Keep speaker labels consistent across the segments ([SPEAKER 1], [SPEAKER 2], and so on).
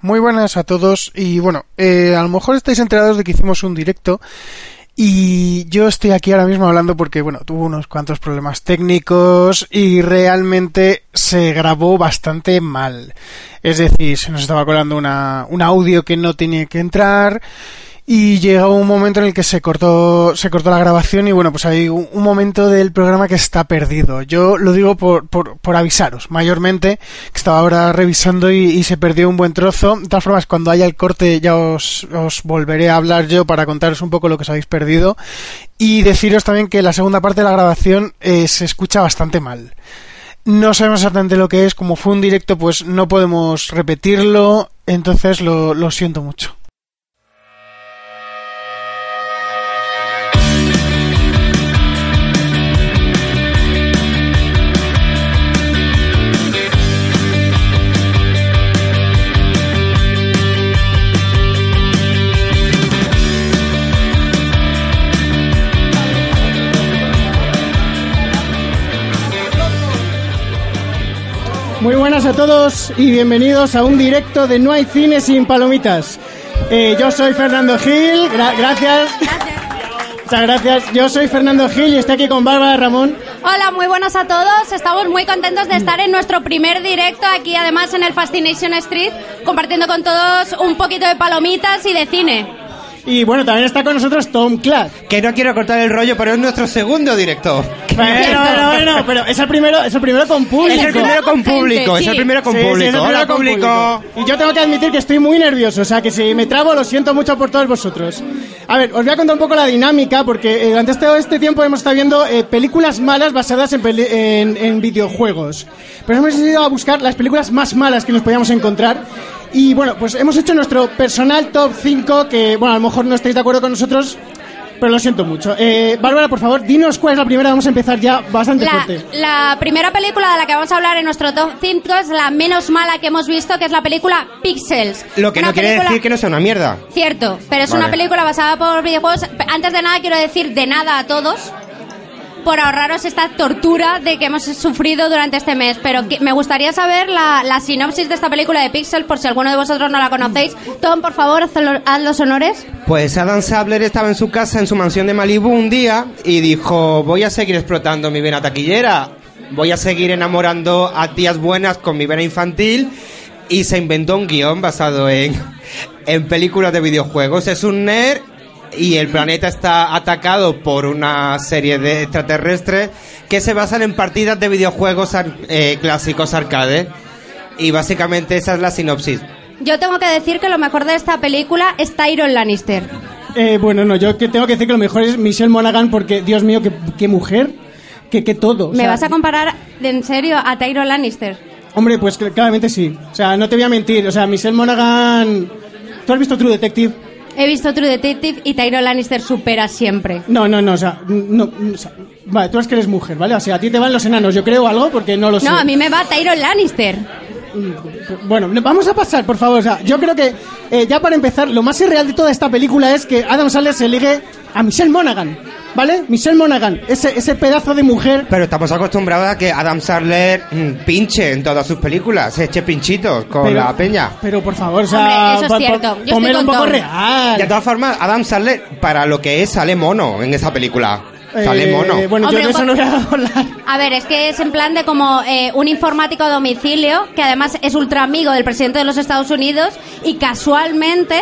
[SPEAKER 1] Muy buenas a todos y bueno, eh, a lo mejor estáis enterados de que hicimos un directo y yo estoy aquí ahora mismo hablando porque bueno, tuvo unos cuantos problemas técnicos y realmente se grabó bastante mal. Es decir, se nos estaba colando una, un audio que no tenía que entrar y llegó un momento en el que se cortó se cortó la grabación y bueno pues hay un, un momento del programa que está perdido yo lo digo por, por, por avisaros mayormente que estaba ahora revisando y, y, se perdió un buen trozo de todas formas cuando haya el corte ya os, os volveré a hablar yo para contaros un poco lo que os habéis perdido y deciros también que la segunda parte de la grabación eh, se escucha bastante mal no sabemos exactamente lo que es como fue un directo pues no podemos repetirlo entonces lo, lo siento mucho
[SPEAKER 2] Muy buenas a todos y bienvenidos a un directo de No hay cine sin palomitas. Eh, yo soy Fernando Gil, gra gracias. Muchas o sea, gracias. Yo soy Fernando Gil y estoy aquí con Bárbara Ramón.
[SPEAKER 3] Hola, muy buenas a todos. Estamos muy contentos de estar en nuestro primer directo aquí, además en el Fascination Street, compartiendo con todos un poquito de palomitas y de cine.
[SPEAKER 2] Y bueno, también está con nosotros Tom Clark.
[SPEAKER 4] Que no quiero cortar el rollo, pero es nuestro segundo directo.
[SPEAKER 2] Bueno, bueno, bueno, pero es el primero, es el primero con público.
[SPEAKER 4] Es el primero con público, es el primero con público. Sí, sí, es el primero
[SPEAKER 2] Hola,
[SPEAKER 4] con público.
[SPEAKER 2] Y yo tengo que admitir que estoy muy nervioso, o sea que si me trabo lo siento mucho por todos vosotros. A ver, os voy a contar un poco la dinámica, porque eh, durante este, este tiempo hemos estado viendo eh, películas malas basadas en, peli en, en videojuegos. Pero hemos ido a buscar las películas más malas que nos podíamos encontrar. Y bueno, pues hemos hecho nuestro personal top 5, que bueno, a lo mejor no estáis de acuerdo con nosotros, pero lo siento mucho. Eh, Bárbara, por favor, dinos cuál es la primera, vamos a empezar ya bastante
[SPEAKER 3] la,
[SPEAKER 2] fuerte.
[SPEAKER 3] La primera película de la que vamos a hablar en nuestro top 5 es la menos mala que hemos visto, que es la película Pixels.
[SPEAKER 4] Lo que
[SPEAKER 3] Una
[SPEAKER 4] no quiere
[SPEAKER 3] película-
[SPEAKER 4] decir que no sea una mierda.
[SPEAKER 3] Cierto, pero es
[SPEAKER 4] Vale.
[SPEAKER 3] una película basada por videojuegos. Antes de nada, quiero decir de nada a todos por ahorraros esta tortura de que hemos sufrido durante este mes. Pero que- me gustaría saber la, la sinopsis de esta película de Pixel, por si alguno de vosotros no la conocéis. Tom, por favor, haz lo- haz los honores.
[SPEAKER 4] Pues Adam Sabler estaba en su casa, en su mansión de Malibu un día y dijo, voy a seguir explotando mi vena taquillera, voy a seguir enamorando a tías buenas con mi vena infantil y se inventó un guión basado en, en películas de videojuegos. Es un nerd y el planeta está atacado por una serie de extraterrestres que se basan en partidas de videojuegos ar- eh, clásicos arcade. Y básicamente esa es la sinopsis.
[SPEAKER 3] Yo tengo que decir que lo mejor de esta película es Tyron Lannister.
[SPEAKER 2] Eh, bueno, no, yo que tengo que decir que lo mejor es Michelle Monaghan, porque Dios mío, qué, qué mujer, que, que todo. o
[SPEAKER 3] ¿Me
[SPEAKER 2] sea,
[SPEAKER 3] vas a comparar de en serio a Tyron Lannister?
[SPEAKER 2] Hombre, pues cl- claramente sí. O sea, no te voy a mentir, o sea, Michelle Monaghan... ¿Tú has visto True Detective?
[SPEAKER 3] He visto True Detective y Tyron Lannister supera siempre.
[SPEAKER 2] No, no, no, o sea, no, o sea, vale, tú es que eres mujer, ¿vale? O sea, a ti te van los enanos, yo creo algo, porque no lo sé.
[SPEAKER 3] No, a mí me va Tyron Lannister.
[SPEAKER 2] Bueno, no, vamos a pasar, por favor. O sea, yo creo que, eh, ya para empezar, lo más irreal de toda esta película es que Adam Sandler se ligue a Michelle Monaghan, ¿vale? Michelle Monaghan, ese, ese pedazo de mujer.
[SPEAKER 4] Pero estamos acostumbrados a que Adam Sandler mm, pinche en todas sus películas, se eche pinchitos con
[SPEAKER 2] pero-
[SPEAKER 4] la peña.
[SPEAKER 2] Pero por favor, o sea,
[SPEAKER 3] Hombre, eso es
[SPEAKER 2] po- po-
[SPEAKER 3] cierto. Yo estoy
[SPEAKER 2] ponmelo
[SPEAKER 3] con
[SPEAKER 2] un poco
[SPEAKER 3] Tom.
[SPEAKER 4] De
[SPEAKER 2] real.
[SPEAKER 4] todas formas, Adam Sandler, para lo que es, sale mono en esa película. Sale
[SPEAKER 2] Eh,
[SPEAKER 4] mono.
[SPEAKER 2] Bueno,
[SPEAKER 3] Hombre,
[SPEAKER 2] yo de eso
[SPEAKER 3] un
[SPEAKER 2] no
[SPEAKER 3] po-
[SPEAKER 2] voy a hablar.
[SPEAKER 3] A ver, es que es en plan de como eh, un informático a domicilio, que además es ultra amigo del presidente de los Estados Unidos, y casualmente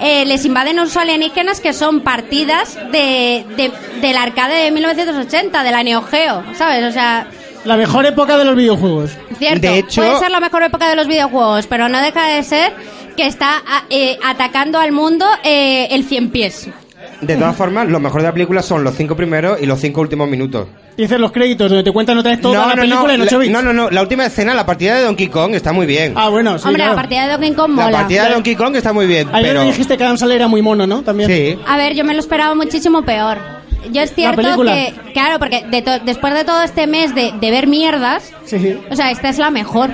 [SPEAKER 3] eh, les invaden unos alienígenas que son partidas de, de- del arcade de 1980, de la Neo Geo, ¿sabes? O sea,
[SPEAKER 2] La mejor época de los videojuegos.
[SPEAKER 3] Cierto,
[SPEAKER 4] De hecho-
[SPEAKER 3] puede ser la mejor época de los videojuegos, pero no deja de ser que está a- eh, atacando al mundo eh, el cien pies.
[SPEAKER 4] De todas formas, lo mejor de la película son los cinco primeros y los cinco últimos minutos.
[SPEAKER 2] Dices los créditos, donde te cuentan otra vez toda la película en
[SPEAKER 4] la-
[SPEAKER 2] 8 bits.
[SPEAKER 4] no, no, no, la última escena, la partida de Donkey Kong, está muy bien.
[SPEAKER 2] Ah, bueno, sí,
[SPEAKER 3] Hombre,
[SPEAKER 2] claro.
[SPEAKER 3] la partida de Donkey Kong
[SPEAKER 4] la
[SPEAKER 3] mola.
[SPEAKER 4] partida de Donkey Kong está muy bien,
[SPEAKER 2] Ayer
[SPEAKER 4] pero...
[SPEAKER 2] me dijiste que Adam Sandler era muy mono, ¿no? También.
[SPEAKER 4] Sí.
[SPEAKER 3] A ver, yo me lo esperaba muchísimo peor. Yo es cierto
[SPEAKER 2] película.
[SPEAKER 3] que, claro, porque de to- después de todo este mes de, de ver mierdas,
[SPEAKER 2] Sí.
[SPEAKER 3] o sea, esta es la mejor.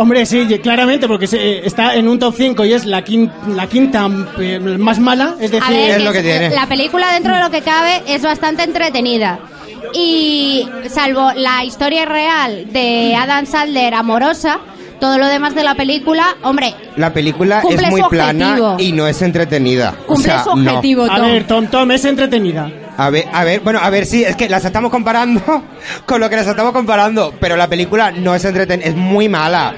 [SPEAKER 2] Hombre, sí, ye- claramente, porque se- eh, está en un top 5 y es la, quin- la quinta eh, más mala. Es
[SPEAKER 3] A
[SPEAKER 2] decir,
[SPEAKER 3] ver,
[SPEAKER 4] es lo que tiene.
[SPEAKER 3] la película dentro de lo que cabe es bastante entretenida. Y salvo la historia real de Adam Sandler amorosa, Todo lo demás de la película, hombre,
[SPEAKER 4] La película
[SPEAKER 3] Cumple
[SPEAKER 4] es muy
[SPEAKER 3] su
[SPEAKER 4] plana
[SPEAKER 3] objetivo.
[SPEAKER 4] y no es entretenida. O
[SPEAKER 3] cumple
[SPEAKER 4] sea,
[SPEAKER 3] su
[SPEAKER 4] no.
[SPEAKER 3] objetivo,
[SPEAKER 2] A
[SPEAKER 3] Tom.
[SPEAKER 2] ver, Tom Tom es entretenida.
[SPEAKER 4] A ver, a ver, bueno, a ver, sí, es que las estamos comparando con lo que las estamos comparando, pero la película no es entretenida, es muy mala,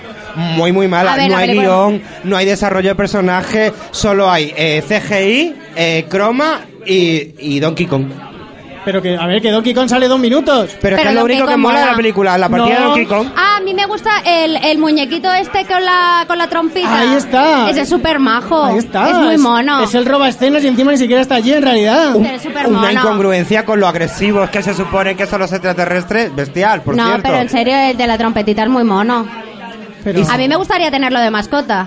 [SPEAKER 4] muy, muy mala.
[SPEAKER 3] A ver,
[SPEAKER 4] no
[SPEAKER 3] la
[SPEAKER 4] hay
[SPEAKER 3] película-
[SPEAKER 4] guión, no hay desarrollo de personaje, solo hay eh, CGI, eh, croma y, y Donkey Kong.
[SPEAKER 2] Pero que, a ver, que Donkey Kong sale dos minutos.
[SPEAKER 4] Pero, es que
[SPEAKER 3] Pero
[SPEAKER 4] es lo
[SPEAKER 3] Donkey
[SPEAKER 4] único que
[SPEAKER 3] Kong
[SPEAKER 4] mola de la
[SPEAKER 3] mola.
[SPEAKER 4] película, la partida de
[SPEAKER 2] No.
[SPEAKER 4] Donkey Kong.
[SPEAKER 3] Ah, a mí me gusta el, el muñequito este con la, con la trompita.
[SPEAKER 2] Ahí está.
[SPEAKER 3] Ese es súper majo.
[SPEAKER 2] Ahí está.
[SPEAKER 3] Es muy mono.
[SPEAKER 2] Es, el roba escenas y encima ni siquiera está allí en realidad.
[SPEAKER 3] Un- Pero es súper
[SPEAKER 4] Una
[SPEAKER 3] mono.
[SPEAKER 4] incongruencia con lo agresivos que se supone que son los extraterrestres, bestial, por
[SPEAKER 3] no,
[SPEAKER 4] cierto.
[SPEAKER 3] pero en serio, el de la trompetita es muy mono.
[SPEAKER 2] Pero,
[SPEAKER 3] A mí me gustaría tenerlo de mascota.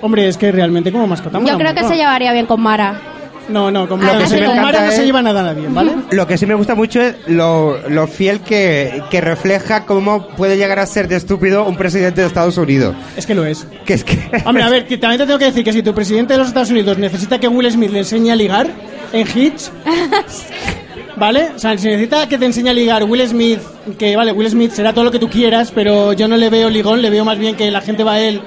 [SPEAKER 2] hombre, es que realmente como mascota mola
[SPEAKER 3] Yo creo
[SPEAKER 2] un
[SPEAKER 3] que
[SPEAKER 2] montón.
[SPEAKER 3] se llevaría bien con Mara.
[SPEAKER 2] No, no, con,
[SPEAKER 3] Ah,
[SPEAKER 2] Mara-
[SPEAKER 3] lo que sí me
[SPEAKER 2] con
[SPEAKER 4] encanta
[SPEAKER 2] Mara no
[SPEAKER 4] es-
[SPEAKER 2] se lleva nada bien, ¿vale?
[SPEAKER 4] Lo que sí me gusta mucho es lo, lo fiel que, que refleja cómo puede llegar a ser de estúpido un presidente de Estados Unidos.
[SPEAKER 2] Es que lo es.
[SPEAKER 4] Que es que...
[SPEAKER 2] Hombre, a ver, que también te tengo que decir que si tu presidente de los Estados Unidos necesita que Will Smith le enseñe a ligar en Hitch, ¿vale? O sea, si necesita que te enseñe a ligar Will Smith, que vale, Will Smith será todo lo que tú quieras, pero yo no le veo ligón, le veo más bien que la gente va a él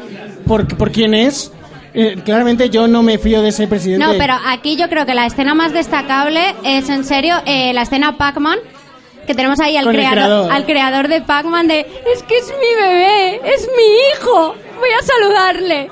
[SPEAKER 2] por, por quién es. Eh, claramente yo no me fío de ese presidente.
[SPEAKER 3] No, pero aquí yo creo que la escena más destacable es, en serio, eh, la escena Pac-Man. Que tenemos ahí al
[SPEAKER 2] Con el
[SPEAKER 3] creador,
[SPEAKER 2] creador.
[SPEAKER 3] al creador de Pac-Man de es que es mi bebé, es mi hijo, voy a saludarle.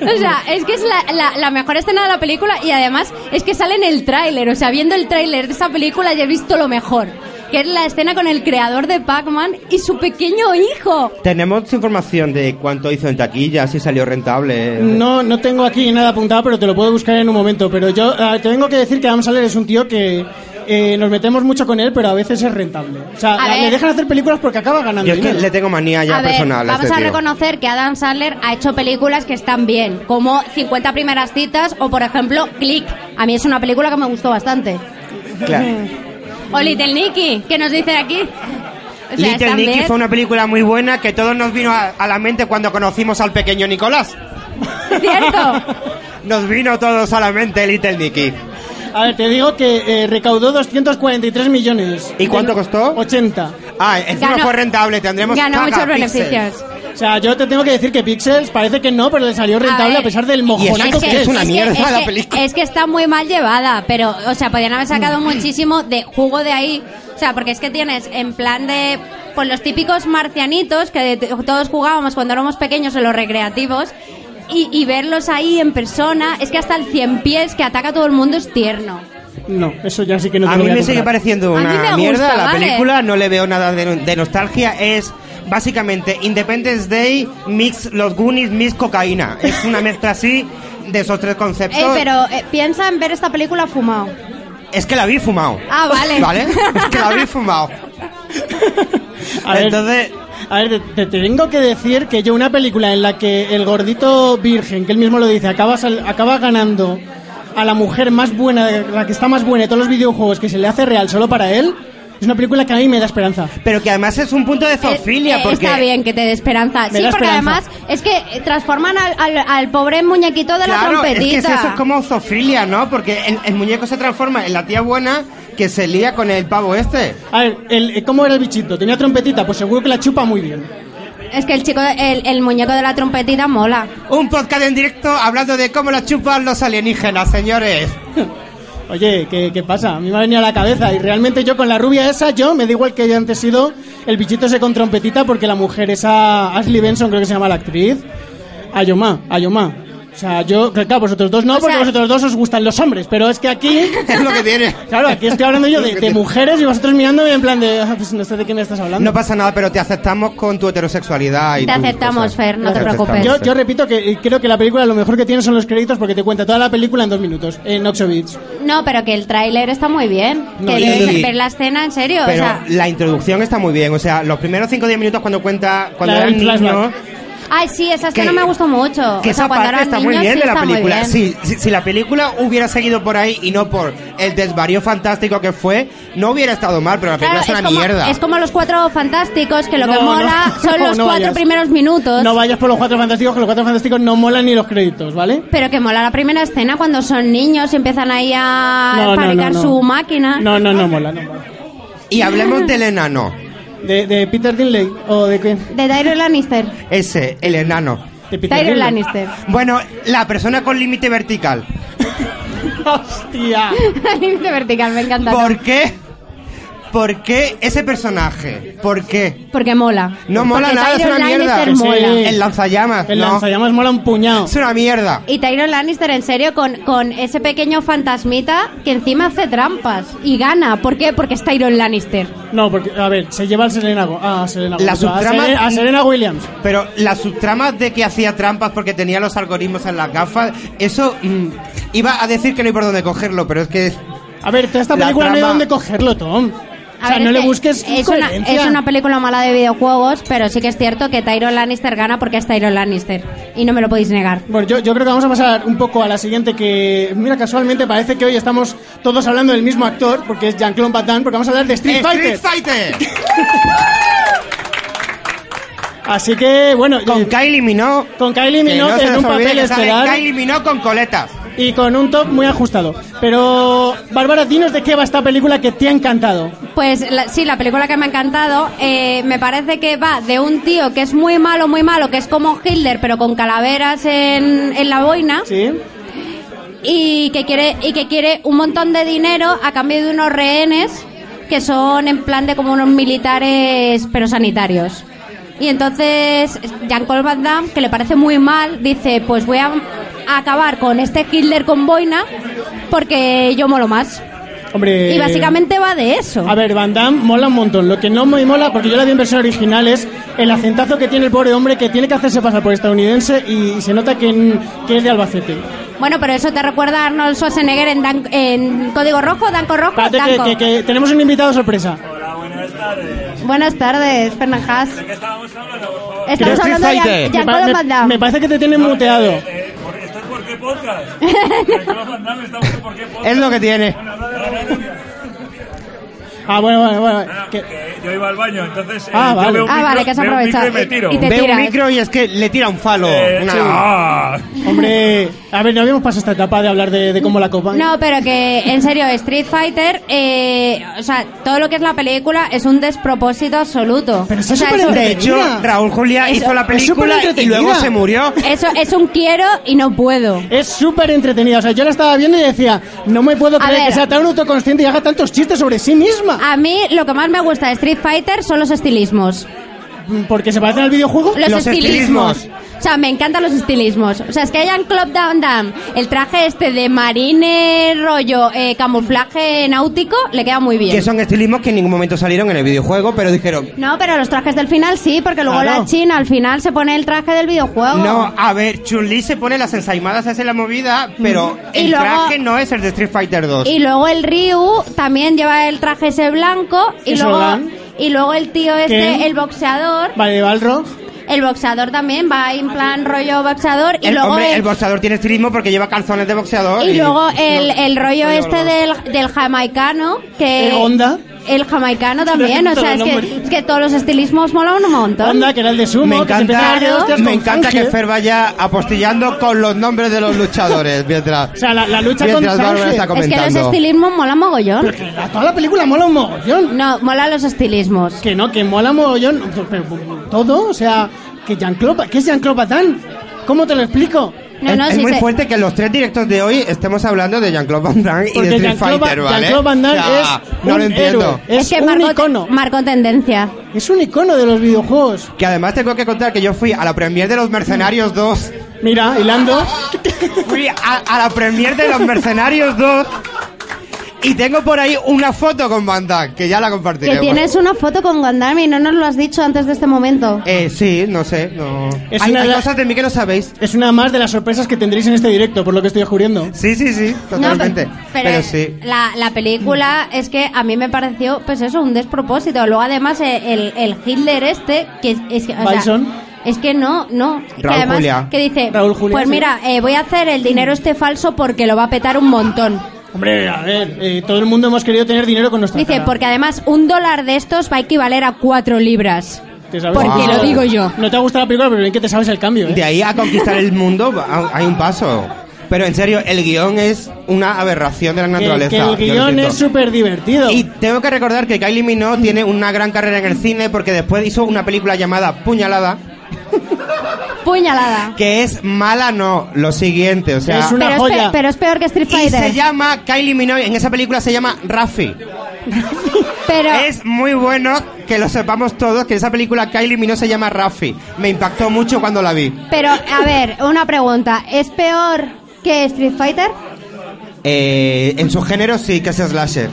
[SPEAKER 3] O sea, es que es la, la- la mejor escena de la película y además es que sale en el tráiler. O sea, viendo el tráiler de esa película ya he visto lo mejor, que es la escena con el creador de Pac-Man y su pequeño hijo.
[SPEAKER 4] Tenemos información de cuánto hizo en taquilla, si salió rentable.
[SPEAKER 2] No, no tengo aquí nada apuntado, pero te lo puedo buscar en un momento. Pero yo ah, te tengo que decir que Adam Sandler es un tío que eh, nos metemos mucho con él, pero a veces es rentable. O sea,
[SPEAKER 3] A
[SPEAKER 2] la- le
[SPEAKER 3] ver.
[SPEAKER 2] dejan hacer películas porque acaba ganando
[SPEAKER 4] Yo es que
[SPEAKER 2] dinero.
[SPEAKER 4] le tengo manía ya
[SPEAKER 3] a ver,
[SPEAKER 4] personal a
[SPEAKER 3] vamos
[SPEAKER 4] este
[SPEAKER 3] a
[SPEAKER 4] tío.
[SPEAKER 3] reconocer que Adam Sandler ha hecho películas que están bien, como 50 primeras citas o, por ejemplo, Click. A mí es una película que me gustó bastante.
[SPEAKER 4] Claro.
[SPEAKER 3] O Little Nicky, que nos dicen aquí. O sea,
[SPEAKER 4] Little
[SPEAKER 3] están
[SPEAKER 4] Nicky
[SPEAKER 3] bien.
[SPEAKER 4] fue una película muy buena que todos nos vino a, a la mente cuando conocimos al pequeño Nicolás.
[SPEAKER 3] Cierto.
[SPEAKER 4] Nos vino todos a la mente Little Nicky.
[SPEAKER 2] A ver, te digo que eh, recaudó 243 millones.
[SPEAKER 4] ¿Y cuánto
[SPEAKER 2] De-
[SPEAKER 4] costó?
[SPEAKER 2] 80.
[SPEAKER 4] Ah, encima
[SPEAKER 3] Ganó-
[SPEAKER 4] fue rentable, tendremos
[SPEAKER 3] Ganó
[SPEAKER 4] paga,
[SPEAKER 3] muchos
[SPEAKER 4] Pixels.
[SPEAKER 3] beneficios.
[SPEAKER 2] O sea, yo te tengo que decir que Pixels parece que no, pero le salió rentable a,
[SPEAKER 3] ver.
[SPEAKER 2] pesar del mojonaco
[SPEAKER 4] que es una mierda la película. Mm.
[SPEAKER 3] es que está muy mal llevada, pero, o sea, podrían haber sacado muchísimo de jugo de ahí. O sea, porque es que tienes en plan de. Pues los típicos marcianitos que de- todos jugábamos cuando éramos pequeños en los recreativos. Y, y verlos ahí en persona, es que hasta el cien pies que ataca a todo el mundo es tierno.
[SPEAKER 2] No, eso ya sí que no te
[SPEAKER 4] a
[SPEAKER 2] lo
[SPEAKER 4] mí
[SPEAKER 2] voy
[SPEAKER 4] me
[SPEAKER 2] a
[SPEAKER 4] sigue
[SPEAKER 2] comprar.
[SPEAKER 4] pareciendo
[SPEAKER 3] A mí
[SPEAKER 4] una
[SPEAKER 3] me ¿eh?
[SPEAKER 4] mierda
[SPEAKER 3] gusta,
[SPEAKER 4] la
[SPEAKER 3] vale.
[SPEAKER 4] película, no le veo nada de, de nostalgia, es básicamente Independence Day, mix los Goonies, mix cocaína. Es una mezcla así de esos tres conceptos.
[SPEAKER 3] Ey, pero eh, piensa en ver esta película fumado.
[SPEAKER 4] Es que la vi fumado.
[SPEAKER 3] Ah, vale.
[SPEAKER 4] ¿Vale? Es que la vi fumado.
[SPEAKER 2] A ver,
[SPEAKER 4] Entonces,
[SPEAKER 2] A ver, te, te tengo que decir que yo una película en la que el gordito virgen, que él mismo lo dice, acaba, sal- acaba ganando a la mujer más buena, la que está más buena de todos los videojuegos, que se le hace real solo para él, es una película que a mí me da esperanza.
[SPEAKER 4] pero que además es un punto de zoofilia
[SPEAKER 3] Eh, eh,
[SPEAKER 4] porque
[SPEAKER 3] Está bien que te dé esperanza.
[SPEAKER 2] Me
[SPEAKER 3] Sí,
[SPEAKER 2] da
[SPEAKER 3] porque
[SPEAKER 2] esperanza.
[SPEAKER 3] además es que eh, transforman al, al- al pobre muñequito de la
[SPEAKER 4] Claro, es
[SPEAKER 3] trompetita.
[SPEAKER 4] que es eso es como zoofilia, ¿no? Porque el, el muñeco se transforma en la tía buena que se lía con el pavo este.
[SPEAKER 2] A ver, el, ¿cómo era el bichito? ¿Tenía trompetita? Pues seguro que la chupa muy bien.
[SPEAKER 3] Es que el chico, el, el muñeco de la trompetita mola.
[SPEAKER 4] Un podcast en directo hablando de cómo la chupan los alienígenas, señores.
[SPEAKER 2] Oye, ¿qué, qué pasa? A mí me ha venido a la cabeza y realmente yo con la rubia esa, yo me da igual que haya antes sido el bichito ese con trompetita porque la mujer esa, Ashley Benson creo que se llama la actriz, Ayoma, Ayoma. O sea, yo, claro, vosotros dos no,
[SPEAKER 3] O
[SPEAKER 2] porque
[SPEAKER 3] sea-
[SPEAKER 2] vosotros dos os gustan los hombres, pero es que aquí,
[SPEAKER 4] Es lo que tiene.
[SPEAKER 2] claro, aquí estoy hablando yo de, de mujeres y vosotros mirándome en plan de, "Ah, pues no sé de qué me estás hablando.
[SPEAKER 4] No pasa nada, pero te aceptamos con tu heterosexualidad. Y
[SPEAKER 3] Te
[SPEAKER 4] tus
[SPEAKER 3] aceptamos,
[SPEAKER 4] cosas.
[SPEAKER 3] Fer, no te
[SPEAKER 4] aceptamos,
[SPEAKER 3] preocupes.
[SPEAKER 2] yo,
[SPEAKER 4] Fer.
[SPEAKER 2] yo repito que eh, creo que la película lo mejor que tiene son los créditos porque te cuenta toda la película en dos minutos, en 8 bits.
[SPEAKER 3] No, pero que el tráiler está muy bien.
[SPEAKER 2] No,
[SPEAKER 3] que
[SPEAKER 2] y-
[SPEAKER 3] ver- ver la escena, en serio. o
[SPEAKER 4] Pero
[SPEAKER 3] sea,
[SPEAKER 4] la introducción está muy bien. O sea, los primeros 5 o 10 minutos cuando cuenta. Cuando
[SPEAKER 2] La-
[SPEAKER 4] eran
[SPEAKER 2] el flashback.
[SPEAKER 4] niños,
[SPEAKER 3] Ay, sí, esa
[SPEAKER 4] que-
[SPEAKER 3] escena me gustó mucho.
[SPEAKER 4] Que
[SPEAKER 3] o sea,
[SPEAKER 4] esa
[SPEAKER 3] cuando
[SPEAKER 4] parte
[SPEAKER 3] eran
[SPEAKER 4] está
[SPEAKER 3] niños,
[SPEAKER 4] muy bien
[SPEAKER 3] sí
[SPEAKER 4] de la
[SPEAKER 3] está muy
[SPEAKER 4] película.
[SPEAKER 3] bien.
[SPEAKER 4] Sí, si, si la película hubiera seguido por ahí y no por el desvarío fantástico que fue, no hubiera estado mal, pero la
[SPEAKER 3] Claro,
[SPEAKER 4] película
[SPEAKER 3] es,
[SPEAKER 4] es una
[SPEAKER 3] como,
[SPEAKER 4] mierda.
[SPEAKER 3] es como los cuatro fantásticos, que lo
[SPEAKER 2] No,
[SPEAKER 3] que
[SPEAKER 2] no,
[SPEAKER 3] mola son
[SPEAKER 2] no,
[SPEAKER 3] los
[SPEAKER 2] no
[SPEAKER 3] cuatro
[SPEAKER 2] vayas.
[SPEAKER 3] primeros minutos.
[SPEAKER 2] No vayas por los cuatro fantásticos, que los cuatro fantásticos no molan ni los créditos, ¿vale?
[SPEAKER 3] pero que mola la primera escena cuando son niños y empiezan ahí a fabricar Ah, su máquina.
[SPEAKER 2] No, no, no mola, no mola.
[SPEAKER 4] Y hablemos del enano.
[SPEAKER 2] ¿De, de Peter Dinley o de quién?
[SPEAKER 5] De Tyrion Lannister.
[SPEAKER 4] Ese, el enano.
[SPEAKER 2] De Peter
[SPEAKER 5] Tyrion
[SPEAKER 2] Dinklage.
[SPEAKER 5] Lannister.
[SPEAKER 4] Bueno, la persona con límite vertical.
[SPEAKER 2] ¡Hostia!
[SPEAKER 5] Límite vertical, me encanta.
[SPEAKER 4] ¿Por qué? ¿Por qué ese personaje? ¿Por qué?
[SPEAKER 3] Porque mola.
[SPEAKER 4] No mola
[SPEAKER 3] Porque
[SPEAKER 4] nada, es
[SPEAKER 3] Tyrion
[SPEAKER 4] una mierda.
[SPEAKER 3] Lannister
[SPEAKER 2] Que sí.
[SPEAKER 3] mola.
[SPEAKER 4] El lanzallamas,
[SPEAKER 2] El
[SPEAKER 4] no.
[SPEAKER 2] lanzallamas mola un puñado.
[SPEAKER 4] Es una mierda.
[SPEAKER 3] Y Tyrion Lannister, en serio, con, con ese pequeño fantasmita que encima hace trampas y gana. ¿Por qué? Porque es Tyrion Lannister.
[SPEAKER 2] No, porque, a ver, se lleva al Selena, Go- ah, a Selena,
[SPEAKER 4] La
[SPEAKER 2] Gomez, no, a
[SPEAKER 4] subtrama-
[SPEAKER 2] Sele- a Selena Williams.
[SPEAKER 4] Pero las subtramas de que hacía trampas porque tenía los algoritmos en las gafas, eso mm, iba a decir que no hay por dónde cogerlo, pero es que es-
[SPEAKER 2] A ver, toda esta
[SPEAKER 4] La
[SPEAKER 2] película no hay
[SPEAKER 4] trama-
[SPEAKER 2] dónde cogerlo, Tom.
[SPEAKER 3] A
[SPEAKER 2] o sea,
[SPEAKER 3] ver,
[SPEAKER 2] no
[SPEAKER 3] es
[SPEAKER 2] le
[SPEAKER 3] que
[SPEAKER 2] busques
[SPEAKER 3] es una,
[SPEAKER 2] coherencia.
[SPEAKER 3] es una película mala de videojuegos, pero sí que es cierto que Tyrion Lannister gana porque es Tyrion Lannister. Y no me lo podéis negar.
[SPEAKER 2] Bueno, yo, yo creo que vamos a pasar un poco a la siguiente que... Mira, casualmente parece que hoy estamos todos hablando del mismo actor, porque es Jean-Claude Van Damme, porque vamos a hablar de Street, Fighter.
[SPEAKER 4] Eh, Street Fighter.
[SPEAKER 2] Así que, bueno...
[SPEAKER 4] Con
[SPEAKER 2] eh,
[SPEAKER 4] Kylie Minogue.
[SPEAKER 2] con Kylie
[SPEAKER 4] que no
[SPEAKER 2] Minogue
[SPEAKER 4] se
[SPEAKER 2] en un
[SPEAKER 4] nos olvide
[SPEAKER 2] papel
[SPEAKER 4] que sale
[SPEAKER 2] estelar
[SPEAKER 4] Kylie Minogue con coletas.
[SPEAKER 2] y con un top muy ajustado. Pero, Bárbara, dinos de qué va esta película que te ha encantado.
[SPEAKER 3] Pues la- sí, la película que me ha encantado, eh, me parece que va de un tío que es muy malo, muy malo, que es como Hitler, pero con calaveras en, en la boina,
[SPEAKER 2] ¿Sí?
[SPEAKER 3] y, que quiere, y que quiere un montón de dinero a cambio de unos rehenes que son en plan de como unos militares, pero sanitarios. Y entonces Jean-Claude Van Damme, que le parece muy mal, dice, pues voy a acabar con este Hitler con boina porque yo molo más.
[SPEAKER 2] Hombre...
[SPEAKER 3] Y básicamente va de eso.
[SPEAKER 2] Eh, A ver, Van Damme mola un montón. Lo que no me mola, porque yo la vi en versión original, es el acentazo que tiene el pobre hombre que tiene que hacerse pasar por estadounidense y se nota que, n- que es de Albacete.
[SPEAKER 3] Bueno, pero eso te recuerda a Arnold Schwarzenegger en, Dan- en Código Rojo, Danco Rojo,
[SPEAKER 2] Espérate que,
[SPEAKER 3] Danco.
[SPEAKER 2] que- que tenemos un invitado sorpresa.
[SPEAKER 5] Buenas tardes, Fernández.
[SPEAKER 2] Creo
[SPEAKER 5] Estamos
[SPEAKER 2] que
[SPEAKER 5] hablando de
[SPEAKER 2] Me
[SPEAKER 5] Jean-
[SPEAKER 2] pa-
[SPEAKER 5] Jean-Claude Van
[SPEAKER 2] me, me
[SPEAKER 5] Damme.
[SPEAKER 2] parece que te tienen muteado.
[SPEAKER 6] Eh, por- ¿Esto es por qué podcast? Jean-Claude Van Damme está por por qué podcast.
[SPEAKER 4] Es lo que tiene.
[SPEAKER 2] Ah, bueno, bueno, bueno. que-
[SPEAKER 6] Eh, Yo iba al baño, entonces. eh,
[SPEAKER 2] Ah,
[SPEAKER 6] yo
[SPEAKER 2] vale.
[SPEAKER 6] veo un
[SPEAKER 3] Ah,
[SPEAKER 6] micro-
[SPEAKER 3] vale, que has
[SPEAKER 6] veo un micro
[SPEAKER 3] aprovechado.
[SPEAKER 6] Y me tiro.
[SPEAKER 3] Y te
[SPEAKER 4] Ve
[SPEAKER 3] tiras.
[SPEAKER 4] un micro y es que le tira un falo.
[SPEAKER 6] Eh,
[SPEAKER 4] Una-
[SPEAKER 6] sí. Ah.
[SPEAKER 2] hombre, a ver, no habíamos pasado esta etapa de hablar de, de cómo la copan.
[SPEAKER 3] No, pero que en serio, Street Fighter, eh, o sea, todo lo que es la película es un despropósito absoluto.
[SPEAKER 2] Pero eso
[SPEAKER 3] O sea,
[SPEAKER 2] es
[SPEAKER 3] es un-
[SPEAKER 2] superentre-
[SPEAKER 4] De hecho, Raúl Julia
[SPEAKER 3] Eso-
[SPEAKER 4] hizo la
[SPEAKER 2] es
[SPEAKER 4] película y
[SPEAKER 2] superentretenida.
[SPEAKER 4] luego se murió.
[SPEAKER 3] eso es un quiero y no puedo.
[SPEAKER 2] Es súper entretenida. O sea, yo la estaba viendo y decía, no me puedo creer
[SPEAKER 3] ver.
[SPEAKER 2] que sea tan autoconsciente y haga tantos chistes sobre sí misma.
[SPEAKER 3] A mí lo que más me gusta de Street Fighter son los estilismos. Ah.
[SPEAKER 2] Porque se parecen al videojuego.
[SPEAKER 3] Los,
[SPEAKER 4] Los
[SPEAKER 3] estilismos.
[SPEAKER 4] estilismos.
[SPEAKER 3] O sea, me encantan los estilismos. O sea, es que hayan Club Down Down, el traje este de marine rollo eh, camuflaje náutico, le queda muy bien.
[SPEAKER 4] Que son estilismos que en ningún momento salieron en el videojuego, pero dijeron,
[SPEAKER 3] No, pero los trajes del final sí, porque luego
[SPEAKER 2] Claro.
[SPEAKER 3] la China al final se pone el traje del videojuego.
[SPEAKER 4] No, a ver, Chun-Li se pone las ensaimadas, hace la movida, pero
[SPEAKER 2] Mm.
[SPEAKER 3] Y
[SPEAKER 4] el
[SPEAKER 3] luego-
[SPEAKER 4] traje no es el de Street Fighter 2.
[SPEAKER 3] Y luego el Ryu también lleva el traje ese blanco y
[SPEAKER 2] Eso
[SPEAKER 3] luego
[SPEAKER 2] dan.
[SPEAKER 3] y luego el tío este,
[SPEAKER 2] ¿Qué?
[SPEAKER 3] el boxeador,
[SPEAKER 2] Vale, Balro.
[SPEAKER 3] el boxeador también va en plan rollo boxeador y
[SPEAKER 4] el,
[SPEAKER 3] luego
[SPEAKER 4] hombre,
[SPEAKER 3] el-
[SPEAKER 4] el boxeador tiene estilismo porque lleva calzones de boxeador.
[SPEAKER 3] Y luego el, el rollo
[SPEAKER 4] Oye,
[SPEAKER 3] este
[SPEAKER 4] Álvaro.
[SPEAKER 3] del, del jamaicano, que...
[SPEAKER 2] ¿El Honda?
[SPEAKER 3] El jamaicano también, o
[SPEAKER 2] Todos
[SPEAKER 3] sea, es
[SPEAKER 2] los
[SPEAKER 3] que,
[SPEAKER 2] nombres.
[SPEAKER 3] es que todos los estilismos molan un montón.
[SPEAKER 2] Onda, que era el de Sumo.
[SPEAKER 4] me
[SPEAKER 2] que se empezó a
[SPEAKER 4] encanta,
[SPEAKER 2] dar de hostias
[SPEAKER 4] me
[SPEAKER 2] con
[SPEAKER 4] encanta
[SPEAKER 2] Fangio.
[SPEAKER 4] que Fer vaya apostillando con los nombres de los luchadores mientras.
[SPEAKER 2] O sea, la, la lucha con
[SPEAKER 4] mientras Bárbara
[SPEAKER 2] Fangio.
[SPEAKER 4] está
[SPEAKER 3] es que los
[SPEAKER 4] comentando.
[SPEAKER 3] estilismos molan mogollón.
[SPEAKER 2] Que la- Toda la película mola un mogollón.
[SPEAKER 3] No, mola los estilismos.
[SPEAKER 2] Que no, que mola un mogollón. Pero, pero, todo, o sea, que Jean-Claude... ¿Qué es Jean-Claude Batán? ¿Cómo te lo explico?
[SPEAKER 3] No,
[SPEAKER 4] es
[SPEAKER 3] no,
[SPEAKER 4] es
[SPEAKER 3] sí
[SPEAKER 4] muy
[SPEAKER 3] se-
[SPEAKER 4] fuerte que en los tres directos de hoy estemos hablando de Jean-Claude Van Damme y de
[SPEAKER 2] Porque
[SPEAKER 4] Street
[SPEAKER 2] Jean-Claude
[SPEAKER 4] Fighter,
[SPEAKER 2] Ba-
[SPEAKER 4] ¿vale?
[SPEAKER 2] Jean-Claude Van Damme
[SPEAKER 4] O sea,
[SPEAKER 2] es
[SPEAKER 4] no
[SPEAKER 2] un
[SPEAKER 4] lo entiendo.
[SPEAKER 2] héroe. Es
[SPEAKER 3] que
[SPEAKER 2] un
[SPEAKER 3] marcó,
[SPEAKER 2] icono.
[SPEAKER 3] marcó tendencia.
[SPEAKER 2] Es un icono de los videojuegos.
[SPEAKER 4] Que además tengo que contar que yo fui a la premier de los Mercenarios 2.
[SPEAKER 2] Mira, hilando...
[SPEAKER 4] Fui a, a la premier de Los Mercenarios 2 y tengo por ahí una foto con Van Damme, que ya la
[SPEAKER 5] Que
[SPEAKER 4] compartiremos.
[SPEAKER 5] tienes una foto con Van Damme y no nos lo has dicho antes de este momento.
[SPEAKER 4] Eh, sí, no sé, no...
[SPEAKER 2] Es
[SPEAKER 4] hay,
[SPEAKER 2] una
[SPEAKER 4] hay
[SPEAKER 2] de la-
[SPEAKER 4] cosas de mí que no sabéis.
[SPEAKER 2] Es una más de las sorpresas que tendréis en este directo, por lo que estoy descubriendo.
[SPEAKER 4] Sí, sí, sí, totalmente.
[SPEAKER 3] No,
[SPEAKER 4] pero, sí.
[SPEAKER 3] La, la película es que a mí me pareció, pues eso, un despropósito. Luego, además, el, el- el Hitler este, que es, es que. o sea,
[SPEAKER 2] Bison.
[SPEAKER 3] es que no, no. que
[SPEAKER 4] Raúl
[SPEAKER 3] además,
[SPEAKER 4] Julia.
[SPEAKER 3] que dice,
[SPEAKER 2] Raúl Julia,
[SPEAKER 3] pues
[SPEAKER 2] sí.
[SPEAKER 3] mira, eh, voy a hacer el dinero este falso porque lo va a petar un montón.
[SPEAKER 2] Hombre, a ver, eh, todo el mundo hemos querido tener dinero con nuestra
[SPEAKER 3] Dice,
[SPEAKER 2] cara.
[SPEAKER 3] porque además un dólar de estos va a equivaler a cuatro libras.
[SPEAKER 2] ¿Te sabes?
[SPEAKER 3] Porque
[SPEAKER 4] Wow.
[SPEAKER 3] lo digo yo.
[SPEAKER 2] No te ha gustado la película, pero bien que te sabes el cambio, ¿eh?
[SPEAKER 4] De ahí a conquistar el mundo va- hay un paso. Pero en serio, el guión es una aberración de la
[SPEAKER 2] Que,
[SPEAKER 4] naturaleza.
[SPEAKER 2] que
[SPEAKER 4] yo lo
[SPEAKER 2] el guión
[SPEAKER 4] siento.
[SPEAKER 2] es súper divertido.
[SPEAKER 4] Y tengo que recordar que Kylie Minogue tiene una gran carrera en el cine porque después hizo una película llamada Puñalada,
[SPEAKER 5] Puñalada.
[SPEAKER 4] que es mala no, lo siguiente, o sea...
[SPEAKER 2] Es una
[SPEAKER 5] pero, Es
[SPEAKER 2] joya.
[SPEAKER 5] pe- pero es peor que Street
[SPEAKER 4] Y se
[SPEAKER 5] Fighter.
[SPEAKER 4] llama Kylie Minogue, en esa película se llama Rafi.
[SPEAKER 5] Pero
[SPEAKER 4] Es muy bueno que lo sepamos todos que en esa película Kylie Minogue se llama Rafi. Me impactó mucho cuando la vi.
[SPEAKER 5] Pero, a ver, una pregunta. ¿Es peor que Street Fighter?
[SPEAKER 4] Eh, en su género sí que es slasher.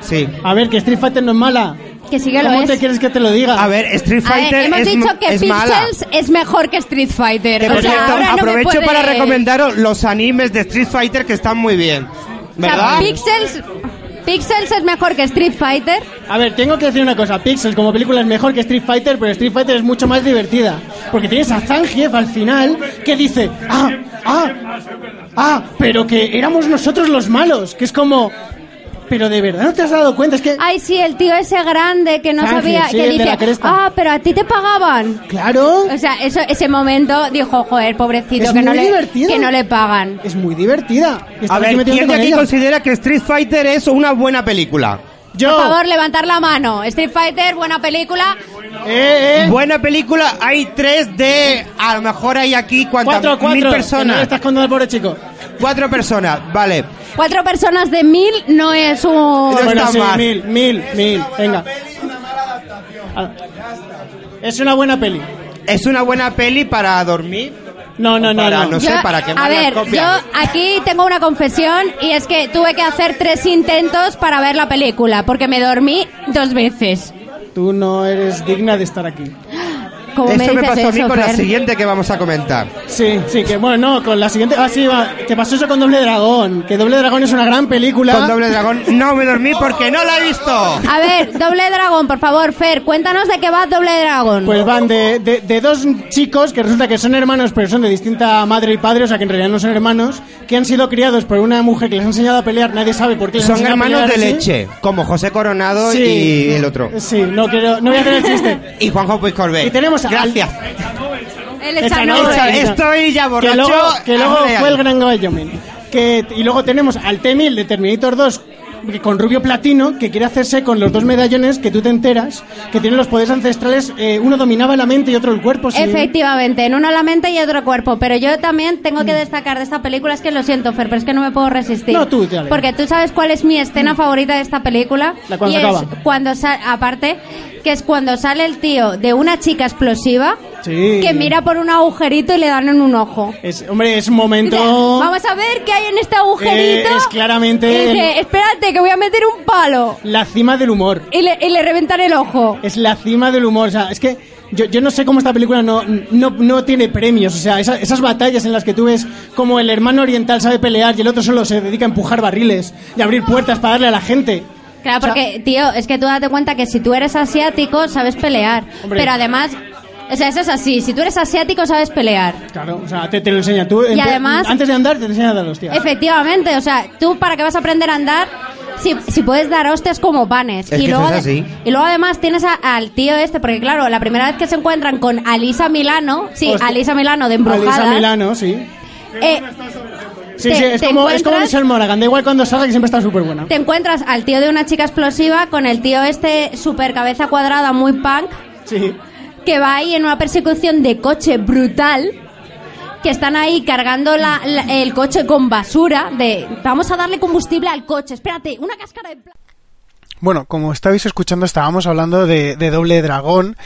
[SPEAKER 4] Sí.
[SPEAKER 2] A ver, que Street Fighter no es mala.
[SPEAKER 3] Que sí que lo
[SPEAKER 2] ¿Cómo
[SPEAKER 3] es.
[SPEAKER 2] te quieres que te lo diga?
[SPEAKER 4] A ver, Street
[SPEAKER 3] A ver,
[SPEAKER 4] Fighter
[SPEAKER 3] hemos
[SPEAKER 4] es,
[SPEAKER 3] dicho que
[SPEAKER 4] es mala.
[SPEAKER 3] Pixels es mejor que Street Fighter.
[SPEAKER 4] Que,
[SPEAKER 3] o
[SPEAKER 4] por
[SPEAKER 3] sea,
[SPEAKER 4] cierto,
[SPEAKER 3] ahora no me
[SPEAKER 4] aprovecho
[SPEAKER 3] puede-
[SPEAKER 4] para recomendaros los animes de Street Fighter que están muy bien.
[SPEAKER 3] O sea,
[SPEAKER 4] ¿Verdad?
[SPEAKER 3] Pixels, Pixels es mejor que Street Fighter.
[SPEAKER 2] A ver, tengo que decir una cosa. Pixel como película es mejor que Street Fighter, pero Street Fighter es mucho más divertida. Porque tienes a Zangief al final que dice, ah, ah, ah, pero que éramos nosotros los malos. Que es como, pero de verdad no te has dado cuenta. Es que,
[SPEAKER 3] Ay, sí, el tío ese grande que no
[SPEAKER 2] Ángel,
[SPEAKER 3] sabía,
[SPEAKER 2] sí,
[SPEAKER 3] que
[SPEAKER 2] el de la
[SPEAKER 3] dice,
[SPEAKER 2] cresta.
[SPEAKER 3] ah, pero a ti te pagaban.
[SPEAKER 2] claro,
[SPEAKER 3] O sea, eso, ese momento dijo, joder, pobrecito,
[SPEAKER 2] Es
[SPEAKER 3] que no,
[SPEAKER 2] muy
[SPEAKER 3] le,
[SPEAKER 2] divertido.
[SPEAKER 3] que no le pagan.
[SPEAKER 2] es muy divertida. Y estaba
[SPEAKER 4] A
[SPEAKER 2] aquí
[SPEAKER 4] ver,
[SPEAKER 2] metiéndote
[SPEAKER 4] ¿quién de
[SPEAKER 2] con
[SPEAKER 4] aquí
[SPEAKER 2] ella.
[SPEAKER 4] considera que Street Fighter es una buena película?
[SPEAKER 2] Yo,
[SPEAKER 3] Por favor, levantar la mano. Street Fighter, buena película.
[SPEAKER 2] eh, eh,
[SPEAKER 4] Buena película, hay tres de... A lo mejor hay aquí cuántas...
[SPEAKER 2] cuatro, cuatro.
[SPEAKER 4] Mil
[SPEAKER 2] Que no le
[SPEAKER 4] personas.
[SPEAKER 2] estás contando al pobre chico.
[SPEAKER 4] Cuatro personas, vale.
[SPEAKER 3] Cuatro personas de mil no es un...
[SPEAKER 4] No
[SPEAKER 2] bueno,
[SPEAKER 4] está
[SPEAKER 2] sí,
[SPEAKER 4] mal.
[SPEAKER 2] mil, mil, mil. Venga. Ah. Es una buena peli.
[SPEAKER 4] Es una buena peli para dormir.
[SPEAKER 2] No, no, no.
[SPEAKER 4] Para
[SPEAKER 2] no.
[SPEAKER 4] no sé, para quemar
[SPEAKER 3] a
[SPEAKER 4] las
[SPEAKER 3] ver, yo
[SPEAKER 4] copias.
[SPEAKER 3] aquí tengo una confesión y es que tuve que hacer tres intentos para ver la película porque me dormí dos veces.
[SPEAKER 2] Tú no eres digna de estar aquí.
[SPEAKER 3] Como me
[SPEAKER 4] Eso
[SPEAKER 3] dices
[SPEAKER 4] me pasó a mí
[SPEAKER 3] eso,
[SPEAKER 4] con la
[SPEAKER 3] Fer?
[SPEAKER 4] siguiente que vamos a comentar.
[SPEAKER 2] Sí, sí, que bueno, no, con la siguiente. Ah, sí, va. Te pasó eso con Doble Dragón. Que Doble Dragón es una gran película.
[SPEAKER 4] Con Doble Dragón no me dormí porque no la he visto.
[SPEAKER 3] A ver, Doble Dragón, por favor, Fer, cuéntanos de qué va Doble Dragón.
[SPEAKER 2] Pues van de, de- de dos chicos que resulta que son hermanos, pero son de distinta madre y padre, o sea que en realidad no son hermanos, que han sido criados por una mujer que les ha enseñado a pelear, nadie sabe por qué les ha
[SPEAKER 4] Son
[SPEAKER 2] enseñado a
[SPEAKER 4] hermanos de
[SPEAKER 2] pelear así.
[SPEAKER 4] leche, como José Coronado
[SPEAKER 2] Sí.
[SPEAKER 4] y el otro.
[SPEAKER 2] Sí, no quiero, no voy a hacer el chiste.
[SPEAKER 4] Y Juanjo Puig Corbet.
[SPEAKER 2] Y tenemos a-
[SPEAKER 4] Gracias.
[SPEAKER 3] El
[SPEAKER 2] Esa
[SPEAKER 3] Echanove.
[SPEAKER 2] noche.
[SPEAKER 4] Echa- Estoy ya
[SPEAKER 2] que
[SPEAKER 4] borracho.
[SPEAKER 2] luego, que luego
[SPEAKER 4] Hazme
[SPEAKER 2] fue el
[SPEAKER 4] algo.
[SPEAKER 2] gran Gabayomin. Que Y luego tenemos al T-1000 de Terminator 2 que- con Rubio Platino que quiere hacerse con los dos medallones que tú te enteras que tienen los poderes ancestrales eh, uno dominaba la mente y otro el cuerpo sí.
[SPEAKER 3] Efectivamente, en uno la mente y otro cuerpo. Pero yo también tengo que destacar de esta película, es que lo siento, Fer, pero es que no me puedo resistir.
[SPEAKER 2] Mm. No, tú, dale.
[SPEAKER 3] Porque tú sabes cuál es mi escena favorita de esta película.
[SPEAKER 2] La cuando
[SPEAKER 3] y es
[SPEAKER 2] acaba.
[SPEAKER 3] cuando sa- aparte, que es cuando sale el tío de una chica explosiva
[SPEAKER 2] Sí.
[SPEAKER 3] que mira por un agujerito y le dan en un ojo.
[SPEAKER 2] Es- hombre es un
[SPEAKER 3] Dice,
[SPEAKER 2] momento
[SPEAKER 3] Vamos a ver qué hay en este agujerito.
[SPEAKER 2] Eh, es claramente
[SPEAKER 3] Y dice,
[SPEAKER 2] el-
[SPEAKER 3] espérate, que voy a meter un palo.
[SPEAKER 2] la cima del humor
[SPEAKER 3] Y le, y le reventan el ojo.
[SPEAKER 2] es la cima del humor o sea es que yo, yo no sé cómo esta película no, no, no tiene premios o sea esa- esas batallas en las que tú ves como el hermano oriental sabe pelear y el otro solo se dedica a empujar barriles y abrir puertas para darle a la gente
[SPEAKER 3] Claro,
[SPEAKER 2] O sea,
[SPEAKER 3] porque, tío, es que tú date cuenta que si tú eres asiático, sabes pelear.
[SPEAKER 2] Hombre.
[SPEAKER 3] Pero además, o sea, eso es así. Si tú eres asiático, sabes pelear.
[SPEAKER 2] Claro, o sea, te, te lo enseña. Tú,
[SPEAKER 3] Y
[SPEAKER 2] empe-
[SPEAKER 3] además-
[SPEAKER 2] antes de andar, te enseña a dar hostias.
[SPEAKER 3] Efectivamente, o sea, tú para qué vas a aprender a andar si, si puedes dar hostias como panes.
[SPEAKER 4] Es
[SPEAKER 3] y,
[SPEAKER 4] que eso
[SPEAKER 3] luego
[SPEAKER 4] es
[SPEAKER 3] de-
[SPEAKER 4] así.
[SPEAKER 3] y luego además tienes a- al tío este, porque claro, la primera vez que se encuentran con Alisa Milano, sí,
[SPEAKER 2] Hostia.
[SPEAKER 3] Alisa Milano de Embrujadas.
[SPEAKER 2] Alisa Milano, sí.
[SPEAKER 3] eh,
[SPEAKER 2] Sí,
[SPEAKER 3] Te-
[SPEAKER 2] sí, es
[SPEAKER 3] te
[SPEAKER 2] como, es como
[SPEAKER 3] encuentras-
[SPEAKER 2] Michelle Monaghan. Da igual cuando salga, que siempre está súper buena.
[SPEAKER 3] te encuentras al tío de una chica explosiva con el tío este super cabeza cuadrada muy punk
[SPEAKER 2] Sí.
[SPEAKER 3] que va ahí en una persecución de coche brutal que están ahí cargando la- la- el coche con basura de vamos a darle combustible al coche espérate una cáscara de pla-
[SPEAKER 1] Bueno, como estabais escuchando, estábamos hablando de, de Doble Dragón,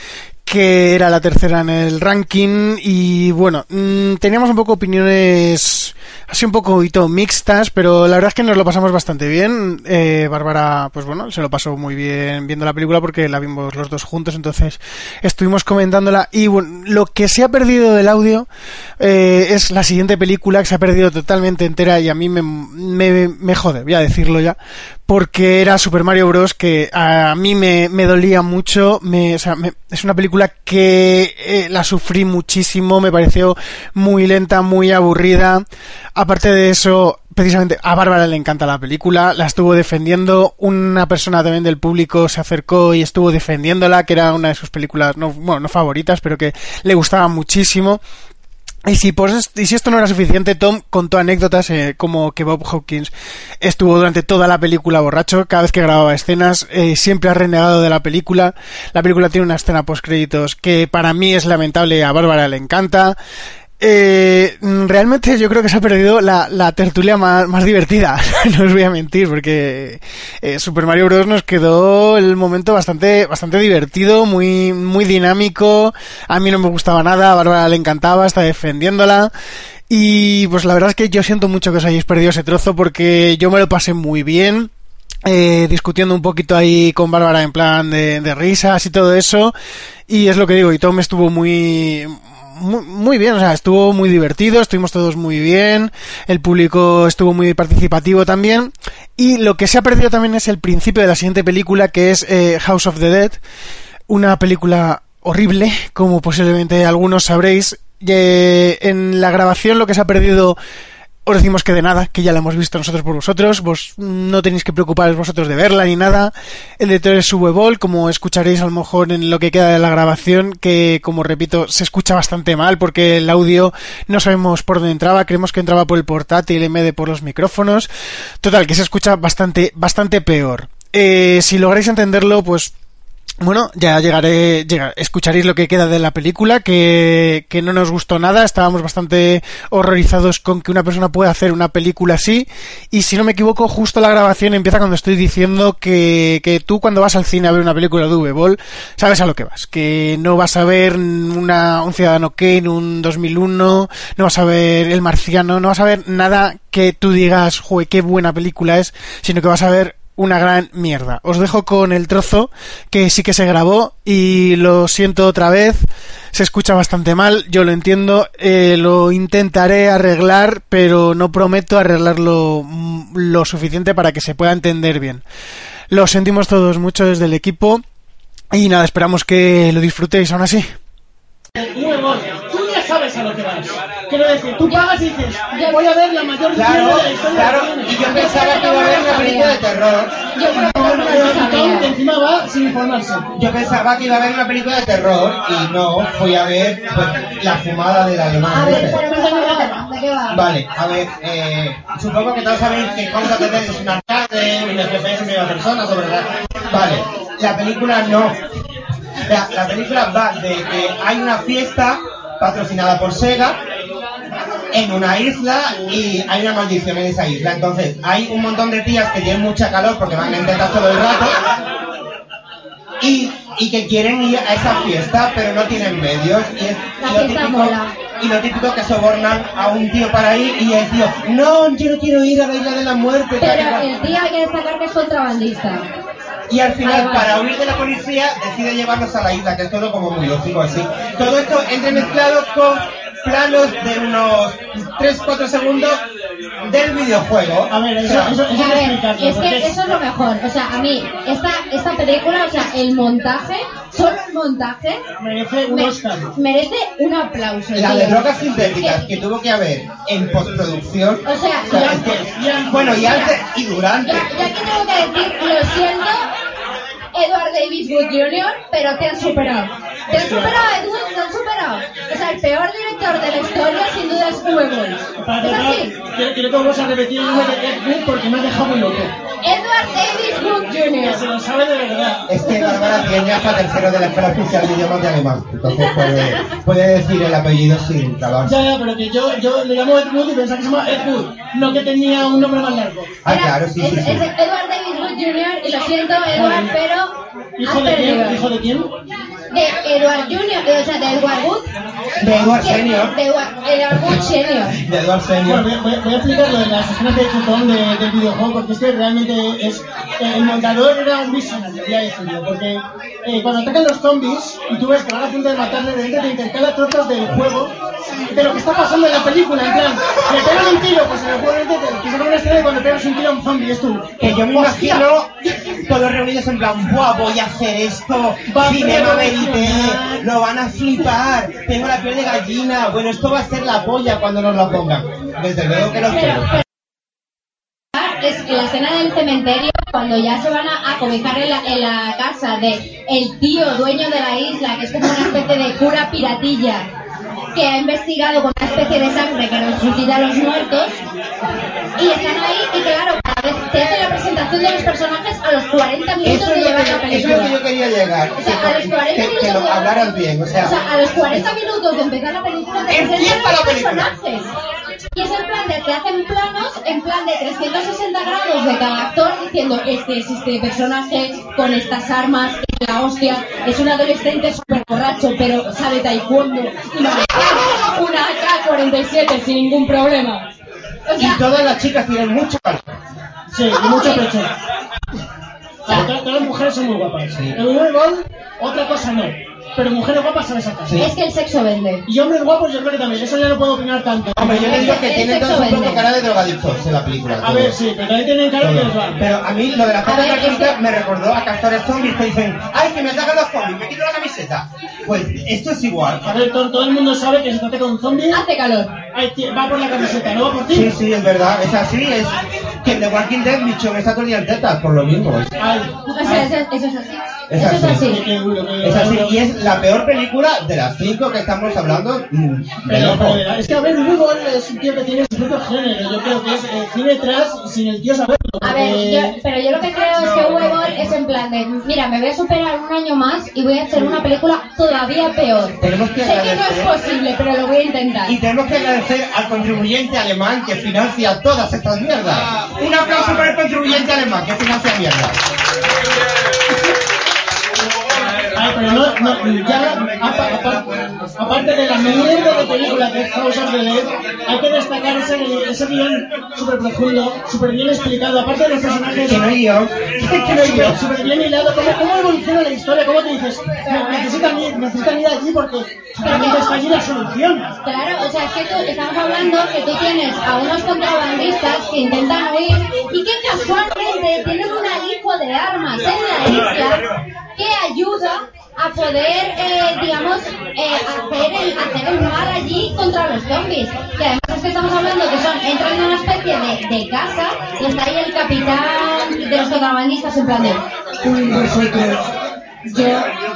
[SPEAKER 1] que era la tercera en el ranking, y bueno, mm, teníamos un poco opiniones así un poquito mixtas, pero la verdad es que nos lo pasamos bastante bien. Eh, Bárbara, pues bueno, se lo pasó muy bien viendo la película porque la vimos los dos juntos, entonces estuvimos comentándola, y bueno, lo que se ha perdido del audio eh, es la siguiente película que se ha perdido totalmente entera y a mí me, me, me jode, voy a decirlo ya, porque era Super Mario Bros. que a mí me, me dolía mucho. Me, o sea, me- es una película que eh, la sufrí muchísimo, me pareció muy lenta, muy aburrida. Aparte de eso, precisamente a Bárbara le encanta la película, la estuvo defendiendo. Una persona también del público se acercó y estuvo defendiéndola, que era una de sus películas, no, bueno, no favoritas, pero que le gustaba muchísimo. Y si, por es- y si esto no era suficiente, Tom contó anécdotas eh, como que Bob Hopkins estuvo durante toda la película borracho, cada vez que grababa escenas, eh, siempre ha renegado de la película. La película tiene una escena post-créditos que para mí es lamentable, a Bárbara le encanta. Eh, mm, realmente yo creo que se ha perdido la, la tertulia más, más divertida, no os voy a mentir, porque eh, Super Mario Bros. nos quedó el momento bastante, bastante divertido, muy, muy dinámico, a mí no me gustaba nada, a Bárbara le encantaba, está defendiéndola, y pues la verdad es que yo siento mucho que os hayáis perdido ese trozo porque yo me lo pasé muy bien eh, discutiendo un poquito ahí con Bárbara en plan de, de risas y todo eso. Y es lo que digo, y Tom estuvo muy, muy, muy bien, o sea, estuvo muy divertido, estuvimos todos muy bien, el público estuvo muy participativo también. Y lo que se ha perdido también es el principio de la siguiente película, que es eh, House of the Dead, una película horrible, como posiblemente algunos sabréis. Eh, en la grabación lo que se ha perdido os decimos que de nada, que ya la hemos visto nosotros por vosotros, vos no tenéis que preocuparos vosotros de verla ni nada. El director es Subebol, como escucharéis a lo mejor en lo que queda de la grabación, que como repito, se escucha bastante mal porque el audio no sabemos por dónde entraba, creemos que entraba por el portátil en vez de por los micrófonos. Total, que se escucha bastante, bastante peor. Eh, si lográis entenderlo, pues bueno, ya llegaré, llega- escucharéis lo que queda de la película, que, que no nos gustó nada, estábamos bastante horrorizados con que una persona pueda hacer una película así, y si no me equivoco, justo la grabación empieza cuando estoy diciendo que, que tú cuando vas al cine a ver una película de V-Ball, sabes a lo que vas, que no vas a ver una, un Ciudadano Kane, un 2001, no vas a ver El Marciano, no vas a ver nada que tú digas, jue, qué buena película es, sino que vas a ver una gran mierda. Os dejo con el trozo que sí que se grabó y lo siento otra vez. Se escucha bastante mal, yo lo entiendo, eh, lo intentaré arreglar, pero no prometo arreglarlo mm, lo suficiente para que se pueda entender bien. Lo sentimos todos mucho desde el equipo y nada, esperamos que lo disfrutéis aún así.
[SPEAKER 2] Luego, tú ya sabes a lo que vas. Quiero decir, tú pagas y dices, voy a ver la mayor
[SPEAKER 4] Claro,
[SPEAKER 2] mierda de la historia
[SPEAKER 4] claro.
[SPEAKER 2] del cine.
[SPEAKER 4] Y yo pensaba que iba a haber una película de terror.
[SPEAKER 2] No, no, no, Tom, que encima va sin informarse.
[SPEAKER 4] Yo pensaba que iba a haber una película de terror y no, fui a ver pues, la fumada del alemán. Vale, a ver, eh, supongo que todos sabéis que Contra Tetris es una arcade, un FPS en primera persona, sobre la... Vale, la película no. La, la película va de que hay una fiesta patrocinada por Sega en una isla y hay una maldición en esa isla. Entonces, hay un montón de tías que tienen mucha calor porque van a intentar todo el rato y, y que quieren ir a esa fiesta pero no tienen medios y es
[SPEAKER 5] La
[SPEAKER 4] lo
[SPEAKER 5] fiesta
[SPEAKER 4] típico,
[SPEAKER 5] mola.
[SPEAKER 4] y lo típico que sobornan a un tío para ir y el tío no yo no quiero ir a la isla de la muerte tal y
[SPEAKER 5] Pero
[SPEAKER 4] cual".
[SPEAKER 5] el tío hay que destacar que es contrabandista.
[SPEAKER 4] y al final
[SPEAKER 5] Ahí va.
[SPEAKER 4] para huir de la policía decide llevarlos a la isla que es todo como muy lógico así todo esto entremezclado con planos de unos 3-4 segundos del videojuego
[SPEAKER 2] A ver,
[SPEAKER 4] O
[SPEAKER 2] eso,
[SPEAKER 4] sea,
[SPEAKER 2] eso, eso
[SPEAKER 5] A
[SPEAKER 2] hay que
[SPEAKER 5] ver,
[SPEAKER 2] explicarlo.
[SPEAKER 5] es
[SPEAKER 2] porque
[SPEAKER 5] que eso es lo mejor. O sea, a mí, esta, esta película, o sea, el montaje, solo el montaje,
[SPEAKER 2] merece un
[SPEAKER 5] me-
[SPEAKER 2] Oscar.
[SPEAKER 5] merece un aplauso.
[SPEAKER 4] La
[SPEAKER 5] tío.
[SPEAKER 4] de drogas sintéticas
[SPEAKER 5] Que-
[SPEAKER 4] que tuvo que haber en postproducción.
[SPEAKER 5] O sea,
[SPEAKER 4] o sea,
[SPEAKER 5] y
[SPEAKER 4] es
[SPEAKER 5] antes,
[SPEAKER 4] que- bueno, y antes y durante.
[SPEAKER 5] Ya, ya que tengo que decir, lo siento, Edward Davis Wood Jr., pero te han superado. Te han superado, Edward, te han superado. O sea, el peor director de la historia, sin duda, es
[SPEAKER 2] Para
[SPEAKER 5] Hugo. Es
[SPEAKER 2] tratar,
[SPEAKER 5] así.
[SPEAKER 2] quiero, quiero que vamos a repetir el nombre de Ed Wood porque me has dejado muy loco.
[SPEAKER 5] Edward Davis Wood
[SPEAKER 2] Que se
[SPEAKER 5] Jr.
[SPEAKER 2] lo sabe de verdad.
[SPEAKER 4] Es que Este Bárbara tiene hasta tercero de la escuela oficial de idiomas de alemán. Entonces puede, puede decir el apellido sin trabajo.
[SPEAKER 2] Ya, ya, pero que yo, yo le llamo Ed Wood y pensaba que se llama Ed Wood, no que tenía un nombre más largo.
[SPEAKER 4] Ah,
[SPEAKER 5] Era-
[SPEAKER 4] claro, sí,
[SPEAKER 5] es,
[SPEAKER 4] sí, sí.
[SPEAKER 5] es Edward Davis Wood Jr., y lo siento, Edward, pero has
[SPEAKER 2] ¿Hijo de
[SPEAKER 5] perdido.
[SPEAKER 2] quién? ¿Hijo de quién?
[SPEAKER 5] De Edward Jr., eh, o sea, de Edward Wood.
[SPEAKER 4] De Edward
[SPEAKER 5] que-
[SPEAKER 4] Senior.
[SPEAKER 5] De Edward Edward Wood Senior.
[SPEAKER 4] De Edward
[SPEAKER 2] Bueno,
[SPEAKER 4] Senior.
[SPEAKER 2] voy, voy- voy a explicar lo de las escenas de chutón de- del videojuego, porque es que realmente es. eh, el montador era un visionario, ya decirlo, porque eh, cuando atacan los zombies y tú ves que van a punto de matarle, de repente te intercala trozos del juego, de lo que está pasando en la película, en plan, le pegan un tiro, pues en el juego de repente te sacan una escena de cuando pegas un tiro a un zombie, es tú.
[SPEAKER 4] Que yo me
[SPEAKER 2] ¡Hostia!
[SPEAKER 4] imagino todos reunidos en plan, ¡buah, voy a hacer esto!
[SPEAKER 2] Va a
[SPEAKER 4] ¡Cinema verité!
[SPEAKER 2] revolucionar".
[SPEAKER 4] ¡Lo van a flipar! ¡Tengo la piel de gallina! Bueno, esto va a ser la polla cuando nos lo pongan. Desde luego que lo quiero.
[SPEAKER 5] es que la escena del cementerio cuando ya se van a acobijar en la, en la casa de el tío dueño de la isla que es como una especie de cura piratilla que ha investigado con una especie de sangre que resucita a los muertos y están ahí y claro, cada vez te hacen la presentación de los personajes a los 40 minutos
[SPEAKER 7] Eso
[SPEAKER 5] que
[SPEAKER 7] es,
[SPEAKER 5] lleva la
[SPEAKER 7] lo que, eso es
[SPEAKER 5] película.
[SPEAKER 7] lo que yo quería llegar.
[SPEAKER 5] O sea, a los
[SPEAKER 7] que,
[SPEAKER 5] 40
[SPEAKER 7] que- que
[SPEAKER 5] minutos
[SPEAKER 7] lo
[SPEAKER 5] de-
[SPEAKER 7] hablaran bien. O sea,
[SPEAKER 5] O sea, a los 40 minutos de empezar la película te
[SPEAKER 7] Empieza
[SPEAKER 5] presentan
[SPEAKER 7] la
[SPEAKER 5] los
[SPEAKER 7] película.
[SPEAKER 5] personajes. Y es en plan de te hacen planos, en plan de 360 grados de cada actor diciendo este es este personaje con estas armas, que la hostia, es un adolescente súper borracho, pero sabe taekwondo y no una AK-47 sin ningún problema. O sea,
[SPEAKER 7] y todas las chicas tienen mucho valor.
[SPEAKER 8] Sí, y mucho pecho. O sea, to- todas las mujeres son muy guapas. El huevón, otra cosa no. Pero mujeres guapas sabes sacar.
[SPEAKER 5] es que el sexo vende.
[SPEAKER 8] Y hombres guapos yo creo que también. Eso ya no puedo opinar tanto.
[SPEAKER 7] Hombre, yo les digo que
[SPEAKER 5] El
[SPEAKER 7] tienen
[SPEAKER 5] sexo
[SPEAKER 7] todos un poco
[SPEAKER 5] vende.
[SPEAKER 7] cara de drogadictos en la película.
[SPEAKER 8] A
[SPEAKER 7] todos.
[SPEAKER 8] ver, sí, pero también tienen cara que les va.
[SPEAKER 7] Todos. Pero a mí lo de la
[SPEAKER 5] A ver,
[SPEAKER 7] camiseta
[SPEAKER 5] es que-
[SPEAKER 7] me recordó a castores zombies que dicen, ay, que me atacan los zombies, me quito la camiseta. Pues esto es igual.
[SPEAKER 8] A ver, todo, todo el mundo sabe que si te ataca un zombie,
[SPEAKER 5] Hace calor.
[SPEAKER 8] ahí ti- va por la camiseta, no va por ti.
[SPEAKER 7] Sí, sí, es verdad, es así, es que en The Walking Dead Michonne está todo el día en tetas, por lo mismo. Es,
[SPEAKER 8] Ay,
[SPEAKER 5] O sea, eso, eso es así.
[SPEAKER 7] Es
[SPEAKER 5] Eso es
[SPEAKER 7] así.
[SPEAKER 5] así.
[SPEAKER 8] qué- qué duro, qué
[SPEAKER 7] es así,
[SPEAKER 8] duro.
[SPEAKER 7] y es la peor película de las cinco que estamos hablando. mm, de
[SPEAKER 8] Pero, eh,
[SPEAKER 7] loco.
[SPEAKER 8] pero, es que a ver, Hugo es un tío que tiene su propio género. Yo creo que es eh, cine tras sin el tío saberlo.
[SPEAKER 5] A
[SPEAKER 7] Eh,
[SPEAKER 5] ver, yo-
[SPEAKER 8] porque-
[SPEAKER 5] pero yo lo que creo es que Huevón es en plan de, mira, me voy a superar un año más y voy a hacer una película todavía peor.
[SPEAKER 7] Tenemos que
[SPEAKER 5] sé que no es
[SPEAKER 7] agradecer.
[SPEAKER 5] posible, pero lo voy a intentar.
[SPEAKER 7] Y tenemos que agradecer al contribuyente alemán que financia todas estas mierdas. Un aplauso para el contribuyente alemán que financia mierdas.
[SPEAKER 8] Ay, pero no, no, ya, apa- apa- aparte de la mierda de película que es House of the Dead, hay que destacar ese, ese guión súper profundo, súper bien explicado, aparte de los personajes...
[SPEAKER 7] Que no hay guión. Que no hay
[SPEAKER 8] Súper-
[SPEAKER 7] guión.
[SPEAKER 8] Súper bien hilado, ¿cómo, cómo evoluciona la historia? ¿Cómo te dices? "Ne- Necesitan ir, necesitan ir allí porque realmente está allí la solución.
[SPEAKER 5] Claro, o sea, es que tú, estamos hablando que tú tienes a unos contrabandistas que intentan huir y que casualmente tienen un alijo de armas en la isla que ayuda a poder, eh, digamos, eh, hacer, el, hacer el mal allí contra los zombies. Que además es que estamos hablando que son, entran en una especie de, de casa y está ahí el capitán de los contrabandistas en plan de... "Uy, vosotros, yo,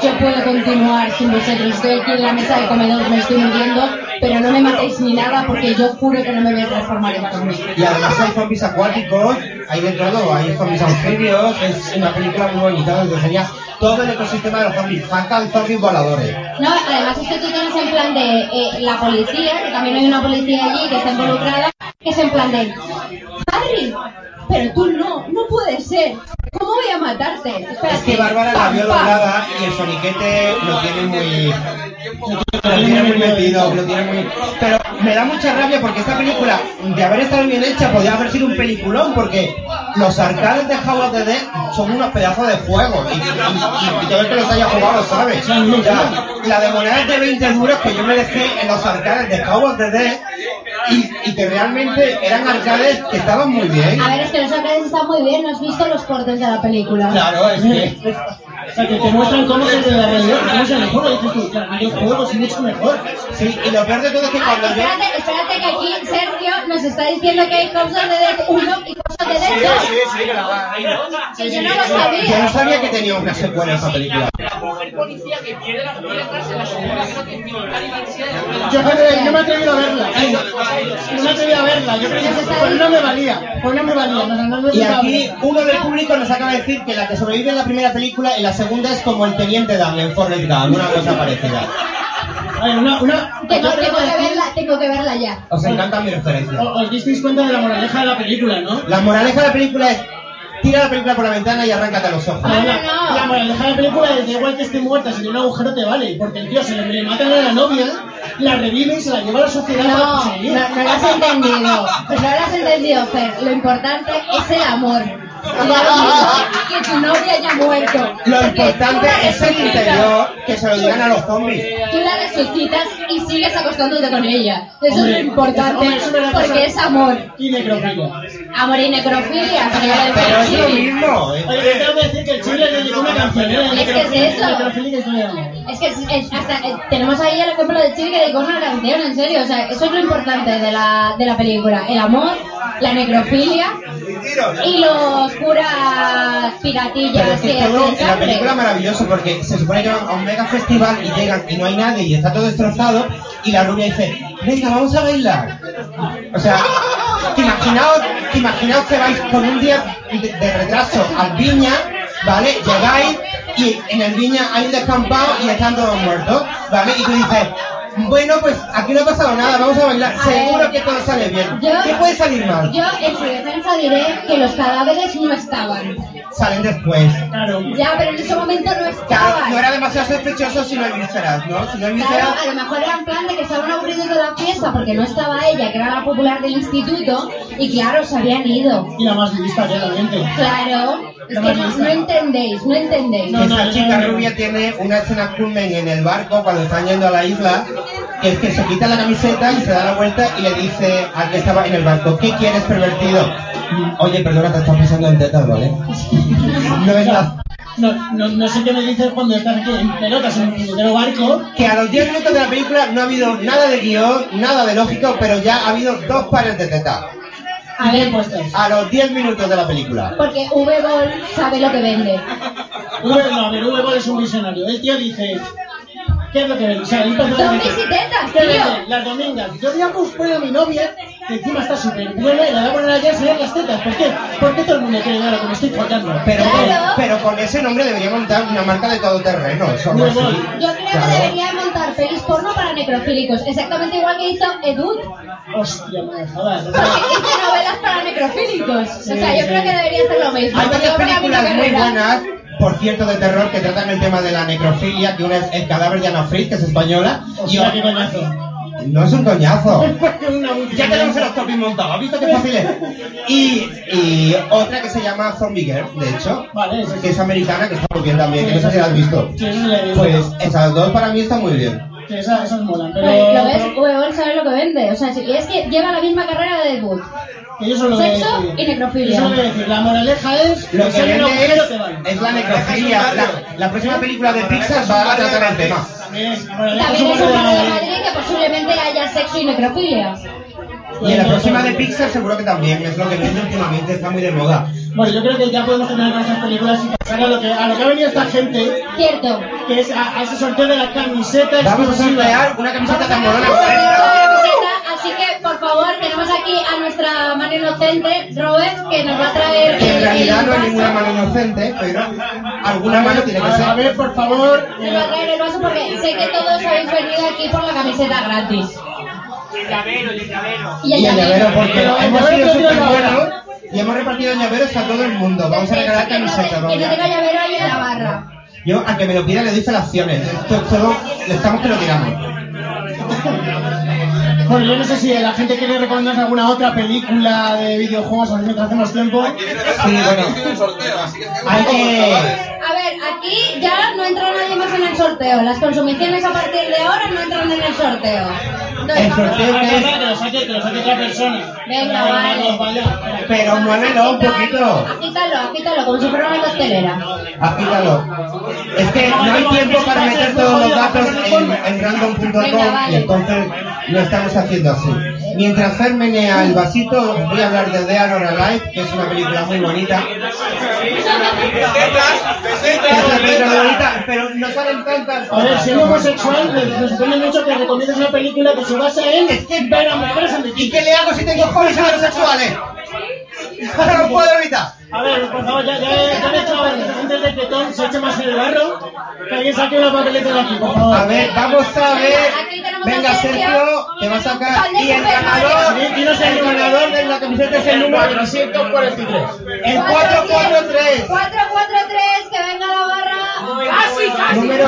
[SPEAKER 5] yo puedo continuar sin vosotros. Estoy aquí en la mesa de comedor, me estoy muriendo, pero no me matéis ni nada porque yo juro que no me voy a transformar en zombie.
[SPEAKER 7] Y además hay zombies acuáticos, hay de todo, hay zombies anfibios, es una película muy bonita donde enseña todo el ecosistema de los zombies, faltan zombies voladores.
[SPEAKER 5] No, además es que tú tienes en plan de eh, la policía, que también hay una policía allí que está involucrada, que es en plan de Harry, pero tú no, no puede ser. ¿Cómo voy a matarte? Espérate,
[SPEAKER 7] Es que Bárbara la
[SPEAKER 5] pam,
[SPEAKER 7] vio
[SPEAKER 5] pam.
[SPEAKER 7] doblada y el soniquete lo tiene muy... Lo tiene muy metido, lo tiene muy... Pero me da mucha rabia porque esta película, de haber estado bien hecha, podría haber sido un peliculón porque los arcades de Howard the Dead son unos pedazos de juego y, y, y todo el que los haya jugado lo sabe. O sea, la de monedas de 20 duros que yo me dejé en los arcades de Howard the Dead y, y que realmente eran arcades que estaban muy bien.
[SPEAKER 5] A ver, es que los actores están muy bien, ¿no has visto los cortes de la película?
[SPEAKER 7] Claro, es que...
[SPEAKER 8] Pues O sea, que te muestran cómo se de la realidad, cómo se mejora. Y dices tú, claro, videojuegos y mucho mejor.
[SPEAKER 7] Sí, y lo peor de todo es que
[SPEAKER 5] Ah,
[SPEAKER 7] cuando yo...
[SPEAKER 5] espérate, espérate que aquí Sergio nos está diciendo que hay House of the Dead 1 y House of the Dead 2. Que yo no lo
[SPEAKER 7] Yo no
[SPEAKER 5] sabía.
[SPEAKER 7] sabía que tenía una secuela esa película.
[SPEAKER 8] Yo, creo- yo me he atrevido a verla. sí. No me he atrevido a verla. Yo creo que por una me valía. Por una me valía. No, no, no,
[SPEAKER 7] Y
[SPEAKER 8] no,
[SPEAKER 7] aquí
[SPEAKER 8] no.
[SPEAKER 7] uno del público nos acaba de decir que la que sobrevive en la primera película y la segunda es como el teniente Dan en Forrest Gump, una cosa parecida.
[SPEAKER 8] A ver, una, una,
[SPEAKER 5] Tengo,
[SPEAKER 8] yo creo
[SPEAKER 5] tengo que
[SPEAKER 8] aquí
[SPEAKER 5] verla, tengo que verla ya.
[SPEAKER 7] Os encanta mi referencia.
[SPEAKER 8] o- Os disteis cuenta de la moraleja de la película, ¿no?
[SPEAKER 7] La moraleja de la película es tira la película por la ventana y arráncate los ojos.
[SPEAKER 8] La-
[SPEAKER 5] no,
[SPEAKER 8] la-
[SPEAKER 5] no.
[SPEAKER 8] La moraleja de la película es da igual que esté muerta, si tiene un agujero te vale, porque el tío se le, le matan a la novia, la revive y se la lleva a la sociedad
[SPEAKER 5] No,
[SPEAKER 8] para
[SPEAKER 5] no,
[SPEAKER 8] conseguir.
[SPEAKER 5] no lo has entendido. No lo has entendido, Fer. Lo importante es el amor. Y da lo mismo que tu novia haya muerto.
[SPEAKER 7] Lo
[SPEAKER 5] Porque tú
[SPEAKER 7] importante
[SPEAKER 5] la
[SPEAKER 7] es el
[SPEAKER 5] resucitas,
[SPEAKER 7] interior, que se lo digan a los zombies.
[SPEAKER 5] Tú la resucitas y sigues acostándote con ella.
[SPEAKER 8] Hombre,
[SPEAKER 5] Eso es lo importante,
[SPEAKER 8] hombre, eso me la
[SPEAKER 5] porque
[SPEAKER 8] pasa.
[SPEAKER 5] es amor.
[SPEAKER 8] Y necrofilia.
[SPEAKER 5] Amor y necrofilia, pero ya lo decía
[SPEAKER 7] Pero es lo
[SPEAKER 5] Chiri.
[SPEAKER 7] mismo. ¿eh?
[SPEAKER 8] Oye, yo tengo que decir que el chile le dedicó una canción, ¿eh?
[SPEAKER 5] Es que es eso.
[SPEAKER 8] Necrofilia historia de amor.
[SPEAKER 5] Es que es- es- hasta, eh, tenemos ahí el ejemplo de Chile que dedicó una canción, en serio. O sea, eso es lo importante de la, de la película. El amor, la necrofilia y los curas
[SPEAKER 4] Pero
[SPEAKER 5] piratillas que
[SPEAKER 4] es que todo
[SPEAKER 5] hacen
[SPEAKER 4] en la película es
[SPEAKER 5] sangre.
[SPEAKER 4] maravilloso porque se supone que van a un mega festival y llegan y no hay nadie y está todo destrozado y la rubia dice, venga, vamos a bailar. O sea, te imaginaos, te imaginaos que vais con un día de, de retraso al Viña, ¿vale? Llegáis y en el Viña hay un descampado y están todos muertos, ¿vale? Y tú dices, bueno, pues aquí no ha pasado nada, vamos a bailar.
[SPEAKER 5] A
[SPEAKER 4] Seguro
[SPEAKER 5] ver.
[SPEAKER 4] que todo sale bien.
[SPEAKER 5] Yo-
[SPEAKER 4] ¿Qué puede salir mal?
[SPEAKER 5] Yo en su defensa diré que los cadáveres no estaban.
[SPEAKER 4] Salen después.
[SPEAKER 8] Claro.
[SPEAKER 5] Ya, pero en ese momento no
[SPEAKER 4] Claro, no
[SPEAKER 5] estaban.
[SPEAKER 4] era demasiado sospechoso si no vísceras, ¿no? Si no
[SPEAKER 5] Claro,
[SPEAKER 4] vísceras,
[SPEAKER 5] a lo mejor era en plan de que estaban aburridos de la fiesta porque no estaba ella, que era la popular del instituto, y claro, se habían ido.
[SPEAKER 8] Y la más vista, claramente.
[SPEAKER 5] Claro, es que no, no entendéis, no entendéis.
[SPEAKER 8] No, no,
[SPEAKER 4] esa
[SPEAKER 8] no,
[SPEAKER 4] chica
[SPEAKER 8] no, no.
[SPEAKER 4] rubia tiene una escena culmen en el barco cuando están yendo a la isla, que es que se quita la camiseta y se da la vuelta y le dice al que estaba en el barco, ¿qué quieres, pervertido? Mm, Oye, perdona, te estás pensando en tetas, ¿vale? No es la...
[SPEAKER 8] No, no, no sé qué me dices cuando estás aquí en pelotas en un puñetero barco.
[SPEAKER 4] Que a los 10 minutos de la película no ha habido nada de guión, nada de lógico, pero ya ha habido dos pares de tetas.
[SPEAKER 8] A ver, pues, puestos.
[SPEAKER 4] A los 10 minutos de la película.
[SPEAKER 5] Porque V-Ball sabe lo que vende.
[SPEAKER 8] V, no, a ver, V es un visionario. El tío dice. ¿Qué es lo que ven? O sea, él empezó a
[SPEAKER 5] Son
[SPEAKER 8] decir,
[SPEAKER 5] visitetas,
[SPEAKER 8] ¿qué ven?
[SPEAKER 5] tío.
[SPEAKER 8] Las domingas. Yo voy a cosplay a mi novia, que encima está súper buena, y la voy a poner allá a enseñar las tetas. ¿Por qué? ¿Por qué todo el mundo quiere ver lo que me estoy follando?
[SPEAKER 4] Pero,
[SPEAKER 5] Claro.
[SPEAKER 4] pero con ese nombre debería montar una marca de todoterreno. Eso algo así.
[SPEAKER 5] Yo creo
[SPEAKER 4] Claro.
[SPEAKER 5] que deberían montar pelis porno para necrofílicos, exactamente igual que hizo Edut.
[SPEAKER 8] Hostia, no me jodas.
[SPEAKER 5] Porque hizo novelas para necrofílicos. O sea, yo creo que debería hacer lo mismo.
[SPEAKER 4] Hay varias
[SPEAKER 5] Yo para mi
[SPEAKER 4] películas muy
[SPEAKER 5] carrera-
[SPEAKER 4] buenas, por cierto, de terror que tratan el tema de la necrofilia, que una es El cadáver de Ana Fritz, que es española, y
[SPEAKER 8] Hostia, qué
[SPEAKER 4] otra...
[SPEAKER 8] coñazo.
[SPEAKER 4] No es un coñazo.
[SPEAKER 8] Una bulla.
[SPEAKER 4] Ya tenemos el autopic montado, ¿has visto qué fácil es? Y, y otra que se llama Zombie Girl, de hecho,
[SPEAKER 8] Vale, sí, sí.
[SPEAKER 4] que es americana, que está muy bien también, que no sé si la has visto.
[SPEAKER 8] Sí, eso le digo.
[SPEAKER 4] Pues esas dos para mí están muy bien.
[SPEAKER 8] Sí, esa- esas molan, pero.
[SPEAKER 5] Ay, Pues ¿Lo ves? V-Ball sabe lo que vende. O sea, sí, y es que lleva la misma carrera de Edut.
[SPEAKER 8] Que yo solo voy a
[SPEAKER 5] Sexo
[SPEAKER 8] decir.
[SPEAKER 5] y necrofilia.
[SPEAKER 8] Yo solo voy a decir, la moraleja es.
[SPEAKER 4] Lo que
[SPEAKER 8] si hay un
[SPEAKER 4] vende
[SPEAKER 8] agujero,
[SPEAKER 4] es,
[SPEAKER 8] te vale.
[SPEAKER 4] es la necrofilia. La, la próxima película de Pixar va a tratar el tema.
[SPEAKER 8] También es la
[SPEAKER 5] También
[SPEAKER 8] moraleja es
[SPEAKER 5] es
[SPEAKER 8] un
[SPEAKER 5] un
[SPEAKER 8] poco de
[SPEAKER 5] problema de
[SPEAKER 8] la-
[SPEAKER 5] Madrid que posiblemente haya sexo y necrofilia.
[SPEAKER 4] Y en la próxima de Pixar seguro que también, es lo que vende últimamente, está muy de moda.
[SPEAKER 8] Bueno, yo creo que ya podemos terminar con estas películas y pasar a lo que, a lo que ha venido esta gente,
[SPEAKER 5] Cierto.
[SPEAKER 8] que es a, a ese sorteo de la camiseta
[SPEAKER 4] Vamos a
[SPEAKER 8] exclusiva.
[SPEAKER 4] sortear una camiseta tan
[SPEAKER 5] Vamos
[SPEAKER 4] molona.
[SPEAKER 5] a hacer una camiseta, Así que, por favor, tenemos aquí a nuestra mano inocente, Robert, que nos va a traer.
[SPEAKER 4] Que en
[SPEAKER 5] el-
[SPEAKER 4] realidad
[SPEAKER 5] el
[SPEAKER 4] no hay
[SPEAKER 5] vaso.
[SPEAKER 4] ninguna mano inocente, pero alguna
[SPEAKER 8] A ver,
[SPEAKER 4] mano tiene que
[SPEAKER 8] a ver, A
[SPEAKER 4] ser.
[SPEAKER 8] ver, por favor.
[SPEAKER 5] Nos va a traer el vaso porque sé que todos habéis venido aquí por la camiseta gratis.
[SPEAKER 4] Y el llavero, porque
[SPEAKER 8] Pero el
[SPEAKER 4] hemos
[SPEAKER 8] llavero
[SPEAKER 4] sido súper
[SPEAKER 8] que lleva
[SPEAKER 4] buenos y hemos repartido llaveros a todo el mundo. Vamos a regalar
[SPEAKER 5] Que no te-
[SPEAKER 4] camisetas,
[SPEAKER 5] Que no tenga
[SPEAKER 4] vamos.
[SPEAKER 5] llavero ahí en la barra.
[SPEAKER 4] Yo, al que me lo pida, le doy felaciones. Esto todo, le estamos que lo tiramos.
[SPEAKER 8] Bueno, yo no sé si la gente quiere recomendarnos alguna otra película de videojuegos así mientras hacemos tiempo.
[SPEAKER 4] Sí, bueno. Hay que...
[SPEAKER 5] A ver, aquí ya no entra nadie más en el sorteo. Las consumiciones a partir de ahora no entran en el sorteo. Entonces,
[SPEAKER 4] El
[SPEAKER 5] vamos-
[SPEAKER 4] sorteo que es...
[SPEAKER 8] Que lo saque, que lo saque otra persona.
[SPEAKER 5] Venga, vale.
[SPEAKER 8] vale.
[SPEAKER 4] Pero muévelo un poquito.
[SPEAKER 5] Agítalo, agítalo, como si fuera una costelera.
[SPEAKER 4] Agítalo. Es que no hay tiempo para meter todos los datos en, en random.com y entonces lo estamos haciendo así. Mientras Fer menea el vasito, voy a hablar de The Honor Alive, que es una película muy bonita. Es una película muy bonita, pero no salen tantas.
[SPEAKER 8] A ver, si eres homosexual, les- nos ponen mucho que recomiendas una película que se basa en ver a mujeres en bikini.
[SPEAKER 4] ¿Y qué le hago si tengo jóvenes heterosexuales? Ahora no puedo evitar.
[SPEAKER 8] A ver, por favor, ya, ya, ya me he echado antes de que Tom se eche más en el barro, que alguien saque una papeleta de aquí, por favor.
[SPEAKER 4] A ver, vamos a ver.
[SPEAKER 5] Aquí tenemos
[SPEAKER 4] Venga,
[SPEAKER 5] a Sergio.
[SPEAKER 4] Sergio, te va a sacar. Y el ganador,
[SPEAKER 8] Y- y no sé,
[SPEAKER 4] el ganador de la camiseta es el número 443. El 443.
[SPEAKER 5] 443, que venga la barra. ¡Casi,
[SPEAKER 4] Número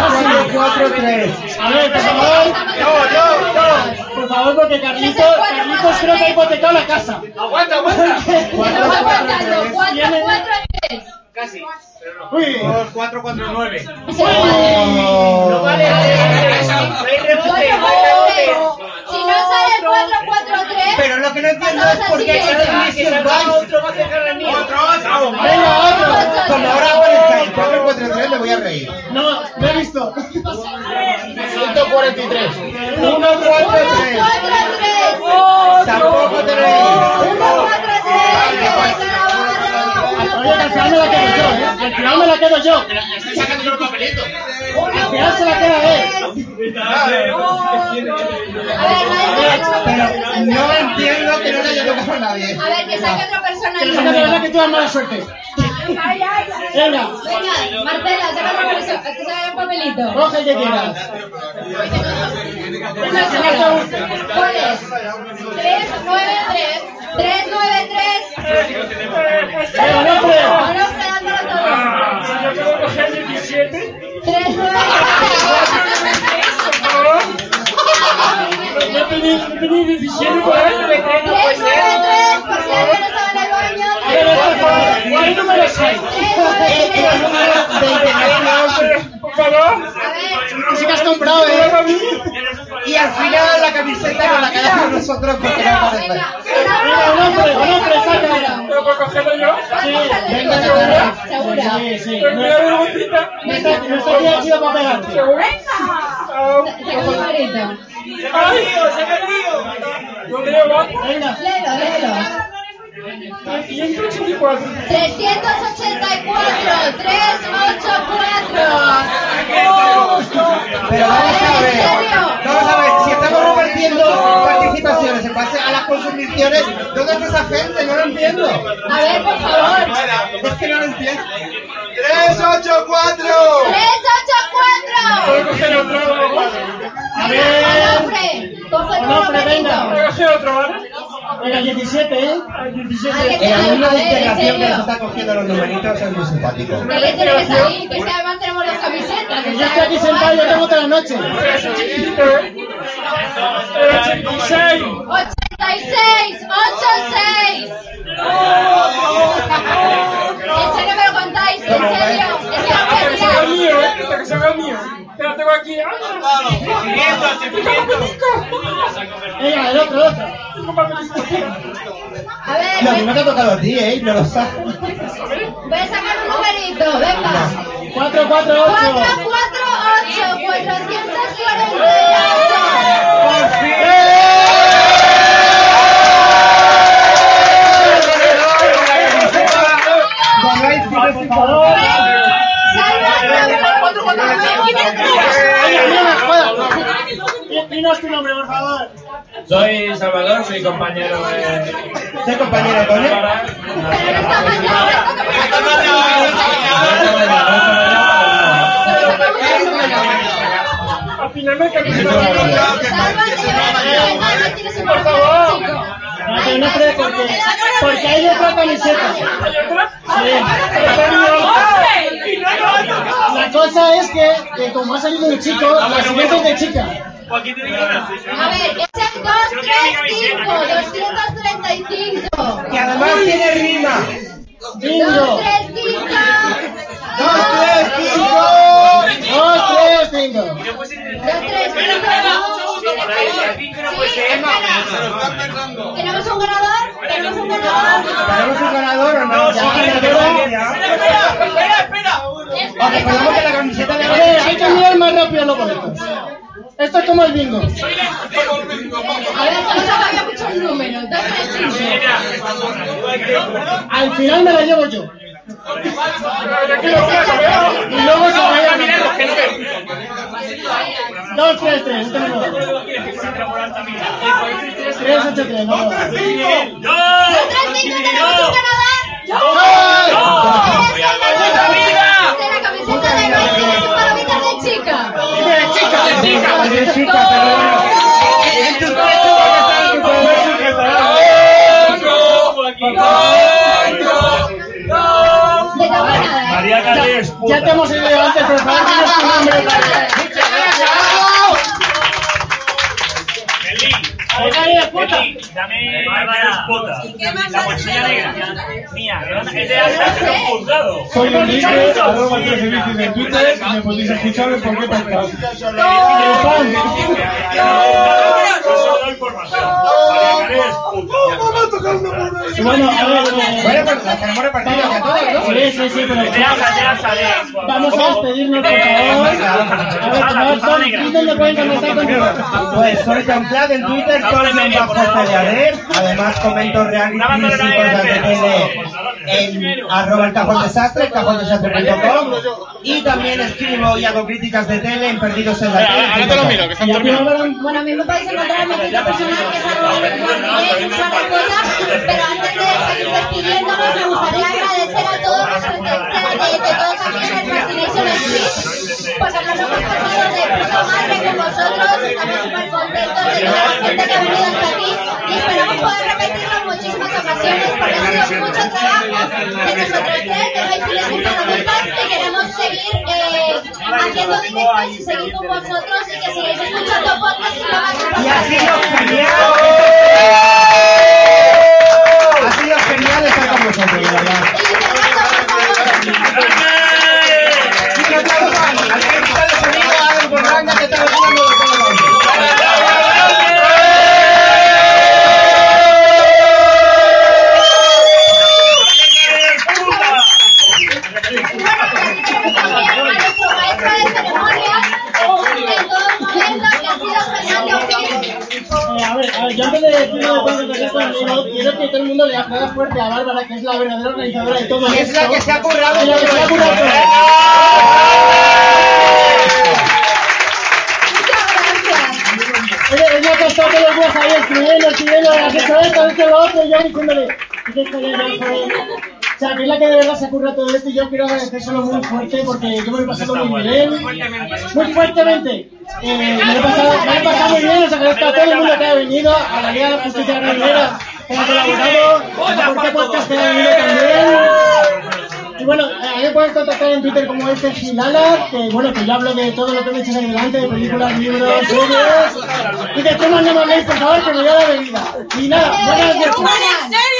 [SPEAKER 4] 443.
[SPEAKER 8] A ver, por favor,
[SPEAKER 5] no,
[SPEAKER 8] por favor, porque Carlitos, Carlitos creo que ha hipotecado la casa. Aguanta, aguanta.
[SPEAKER 5] Estamos aguantando. 443.
[SPEAKER 8] Uy,
[SPEAKER 9] 449.
[SPEAKER 4] No vale,
[SPEAKER 5] Si no sale el 443,
[SPEAKER 4] Pero lo que no entiendo es por qué existe
[SPEAKER 5] Entonces, sí que-
[SPEAKER 4] Mission Vice.
[SPEAKER 8] venga, otro.
[SPEAKER 4] Como ahora aparezca el 443, me voy a reír.
[SPEAKER 8] No, lo he visto.
[SPEAKER 4] 143. 143.
[SPEAKER 5] 443.
[SPEAKER 4] Tampoco te reí.
[SPEAKER 5] 143, que venga la barra.
[SPEAKER 4] que.
[SPEAKER 7] A ver, que
[SPEAKER 8] Que
[SPEAKER 7] saque otro
[SPEAKER 8] saca otra persona
[SPEAKER 7] personaje.
[SPEAKER 8] que tú das mala suerte. Venga.
[SPEAKER 7] Venga, Marcela, saca otro personaje. Que saque el papelito.
[SPEAKER 8] Coge el que quieras.
[SPEAKER 7] Una sola. ¿Cuál es? 393. 393.
[SPEAKER 8] Venga, no, hombre.
[SPEAKER 7] Ahora dándolo todo.
[SPEAKER 6] yo puedo coger 17,
[SPEAKER 7] 393.
[SPEAKER 6] por favor. No tenéis, no tenéis 17 por ahí.
[SPEAKER 7] 393, por si alguien estaba en el baño.
[SPEAKER 8] Pero, por favor, ¿Cuál número es ahí?
[SPEAKER 7] 393.
[SPEAKER 6] Por favor.
[SPEAKER 7] A ver.
[SPEAKER 8] Sí que has comprado, eh.
[SPEAKER 4] Y al final la camiseta nos la quedamos nosotros porque no
[SPEAKER 7] Venga,
[SPEAKER 4] nos
[SPEAKER 7] venga,
[SPEAKER 4] parece.
[SPEAKER 8] Venga, un hombre, un hombre, saca ahora.
[SPEAKER 6] ¿Pero puedo cogerlo yo?
[SPEAKER 8] Venga,
[SPEAKER 7] ¿Segura?
[SPEAKER 8] saca.
[SPEAKER 7] ¿Segura?
[SPEAKER 8] Sí, sí.
[SPEAKER 6] Pero
[SPEAKER 8] No
[SPEAKER 6] mira,
[SPEAKER 8] no
[SPEAKER 6] una gotita.
[SPEAKER 8] está no está aquí ha sido para pegarte.
[SPEAKER 7] Saca tu favorito.
[SPEAKER 6] ¡Ay, se ha perdido! No creo, va.
[SPEAKER 8] Venga.
[SPEAKER 7] Léelo, léelo.
[SPEAKER 6] 384.
[SPEAKER 7] 384, 384.
[SPEAKER 4] Pero vamos a ver, vamos a ver, si estamos repartiendo participaciones en base a las consumiciones, ¿dónde está esa gente? No lo entiendo.
[SPEAKER 7] A ver, por favor.
[SPEAKER 4] Es que no lo entiendo. 384
[SPEAKER 6] ¿Puedo
[SPEAKER 7] 384.
[SPEAKER 6] coger otro?
[SPEAKER 8] A ver.
[SPEAKER 7] Hombre, coge tu
[SPEAKER 8] Hombre,
[SPEAKER 7] favorito.
[SPEAKER 8] venga.
[SPEAKER 6] ¿Puedo coger otro, vale?
[SPEAKER 8] Venga, 17, eh.
[SPEAKER 6] Ay,
[SPEAKER 7] Ah,
[SPEAKER 6] 17.
[SPEAKER 7] que
[SPEAKER 4] El
[SPEAKER 7] te-
[SPEAKER 4] alumno
[SPEAKER 7] a
[SPEAKER 4] de
[SPEAKER 7] ver, en
[SPEAKER 4] integración que nos
[SPEAKER 7] serio.
[SPEAKER 4] está cogiendo los numeritos es muy simpático.
[SPEAKER 7] Que le tiene que salir, que es que además tenemos las camisetas. que
[SPEAKER 8] Yo estoy aquí sentado, yo tengo toda la noche.
[SPEAKER 6] Pero es chiquitito, ¿eh? Pero 86.
[SPEAKER 7] 86, 86. En serio me lo contáis, en serio. Es que
[SPEAKER 6] Hasta que se haga el
[SPEAKER 7] no
[SPEAKER 6] mío, ¿eh? Hasta que se haga el mío. Te la tengo aquí. ¡Ah!
[SPEAKER 8] Venga, el otro, el otro.
[SPEAKER 7] A ver,
[SPEAKER 4] Lo
[SPEAKER 7] voy-
[SPEAKER 4] mismo te ha tocado a ti, ¿eh? No lo sabes.
[SPEAKER 7] voy a sacar un numerito, venga.
[SPEAKER 8] 4, 4, 8.
[SPEAKER 7] 448, 448.
[SPEAKER 4] Borráis cifras sin favor.
[SPEAKER 8] Dinos tu nombre, por favor.
[SPEAKER 10] Soy Salvador, soy compañero de...
[SPEAKER 4] Soy compañero Antonio.
[SPEAKER 6] Al final me cambié.
[SPEAKER 7] Por favor.
[SPEAKER 8] No, pero no creo porque, porque hay otra camiseta.
[SPEAKER 6] ¿Hay otra?
[SPEAKER 8] La cosa es que, que como ha salido un chico, la siguiente es de chica.
[SPEAKER 7] A ver, que sean 235, 235.
[SPEAKER 4] Y además tiene rima.
[SPEAKER 8] Bingo.
[SPEAKER 4] 2, 3, 5.
[SPEAKER 8] 2, 3, 5.
[SPEAKER 7] ¿Tenemos un ganador? ¿Tenemos un ganador?
[SPEAKER 4] ¿Tenemos un ganador o no? Ya, ganadora. O recordamos que la camiseta de
[SPEAKER 8] A ver, hay que mirar más rápido los boletos. Esto es como el bingo.
[SPEAKER 7] A ver, que no se vaya mucho el número. 235.
[SPEAKER 8] Al final me la llevo yo. Y luego se la lleva a mí. 2, 3, 3. Esto no. 3, 8, 3. No.
[SPEAKER 7] 235, ¿tenemos un ganador? ¡Eres el ganador de la camiseta de Luis y de sus palomitas de chica!
[SPEAKER 4] chica. chica, En tu pecho.
[SPEAKER 7] De nada, ¿eh?
[SPEAKER 6] María Carles,
[SPEAKER 8] Ya te hemos ido antes, pero para dinos tu nombre.
[SPEAKER 6] Dame la puta. La mochila negra. Mía. Es de alta, pero juzgado.
[SPEAKER 11] Soy un libre, arroba tres Ibicis en Twitter y me podéis escuchar en cualquier podcast.
[SPEAKER 8] Bueno, a ver. eh,
[SPEAKER 4] Bueno, pues nos ponemos repartidos que a todos, ¿no?
[SPEAKER 8] Sí, sí, sí, pero Vamos a despedirnos, por favor. A ver, por favor, Tom, ¿tú dónde pueden contactar contigo?
[SPEAKER 4] Pues soy Tom Plat en Twitter, soy Tom Bajo Además comento realities y cosas de tele en arroba el cajón desastre, el cajón desastre.com y también escribo y hago críticas de tele en Perdidos en la
[SPEAKER 12] Espera,
[SPEAKER 4] Tele.
[SPEAKER 12] ahora- ahora te lo miro, que están
[SPEAKER 4] Y aquí,
[SPEAKER 12] terminando.
[SPEAKER 4] Álvaro,
[SPEAKER 7] Bueno, a mí me podéis encontrar en mi Twitter personal, que es arroba Beltrán Miguel, para cosas, pero antes de seguir despidiéndonos, me gustaría agradecer a todos los espectadores de, de todos aquí en el Fascination Street, porque nos hemos pasado de puta madre con vosotros, estamos súper contentos de toda la gente que ha venido hasta aquí, y esperamos poder repetirlo en muchísimas ocasiones, porque ha sido mucho trabajo de nosotros tres, que sois fieles fundamental, que queremos seguir eh, haciendo directos y seguir con vosotros, y que sigáis escuchando podcasts y lo vais a pasar
[SPEAKER 4] Y ha sido genial. Ha sido genial estar con vosotros, de verdad. Y nos vemos al- al técnico de sonido, Adel Borranga, que está metiendo los colores.
[SPEAKER 8] Eh, a ver, a ver, yo antes de decir lo de todo esto, amigo, quiero que todo el mundo le aplauda fuerte a Bárbara, que es la verdadera organizadora de todo
[SPEAKER 4] Y
[SPEAKER 8] esto.
[SPEAKER 4] es la que se ha currado
[SPEAKER 8] Es la que se ha
[SPEAKER 4] todo
[SPEAKER 8] currado
[SPEAKER 4] esto.
[SPEAKER 8] todo. Oye, ella que está todos los días ahí escribiendo, escribiendo, has hecho esto, has hecho lo otro, y yo diciéndole, "¿Y qué coño, joder?". O sea, que es la que de verdad se ha currado todo esto y yo quiero agradecérselo muy fuerte porque yo me lo he pasado muy bien. Muy fuertemente. Eh, me, lo he pasado, me lo he pasado muy bien, os agradezco a todo el mundo que ha venido, a la Liga de la Justicia Granadera que ha colaborado, a Fuerte Podcast que ha venido también. Y bueno, eh, a mí me pueden contactar en Twitter como este Gilala, que bueno, que yo hablo de todo lo que me echan en delante, de películas, libros, series, y de temas no me habléis, por favor, que me voy a la bebida. Y nada, buenas noches.
[SPEAKER 7] serio?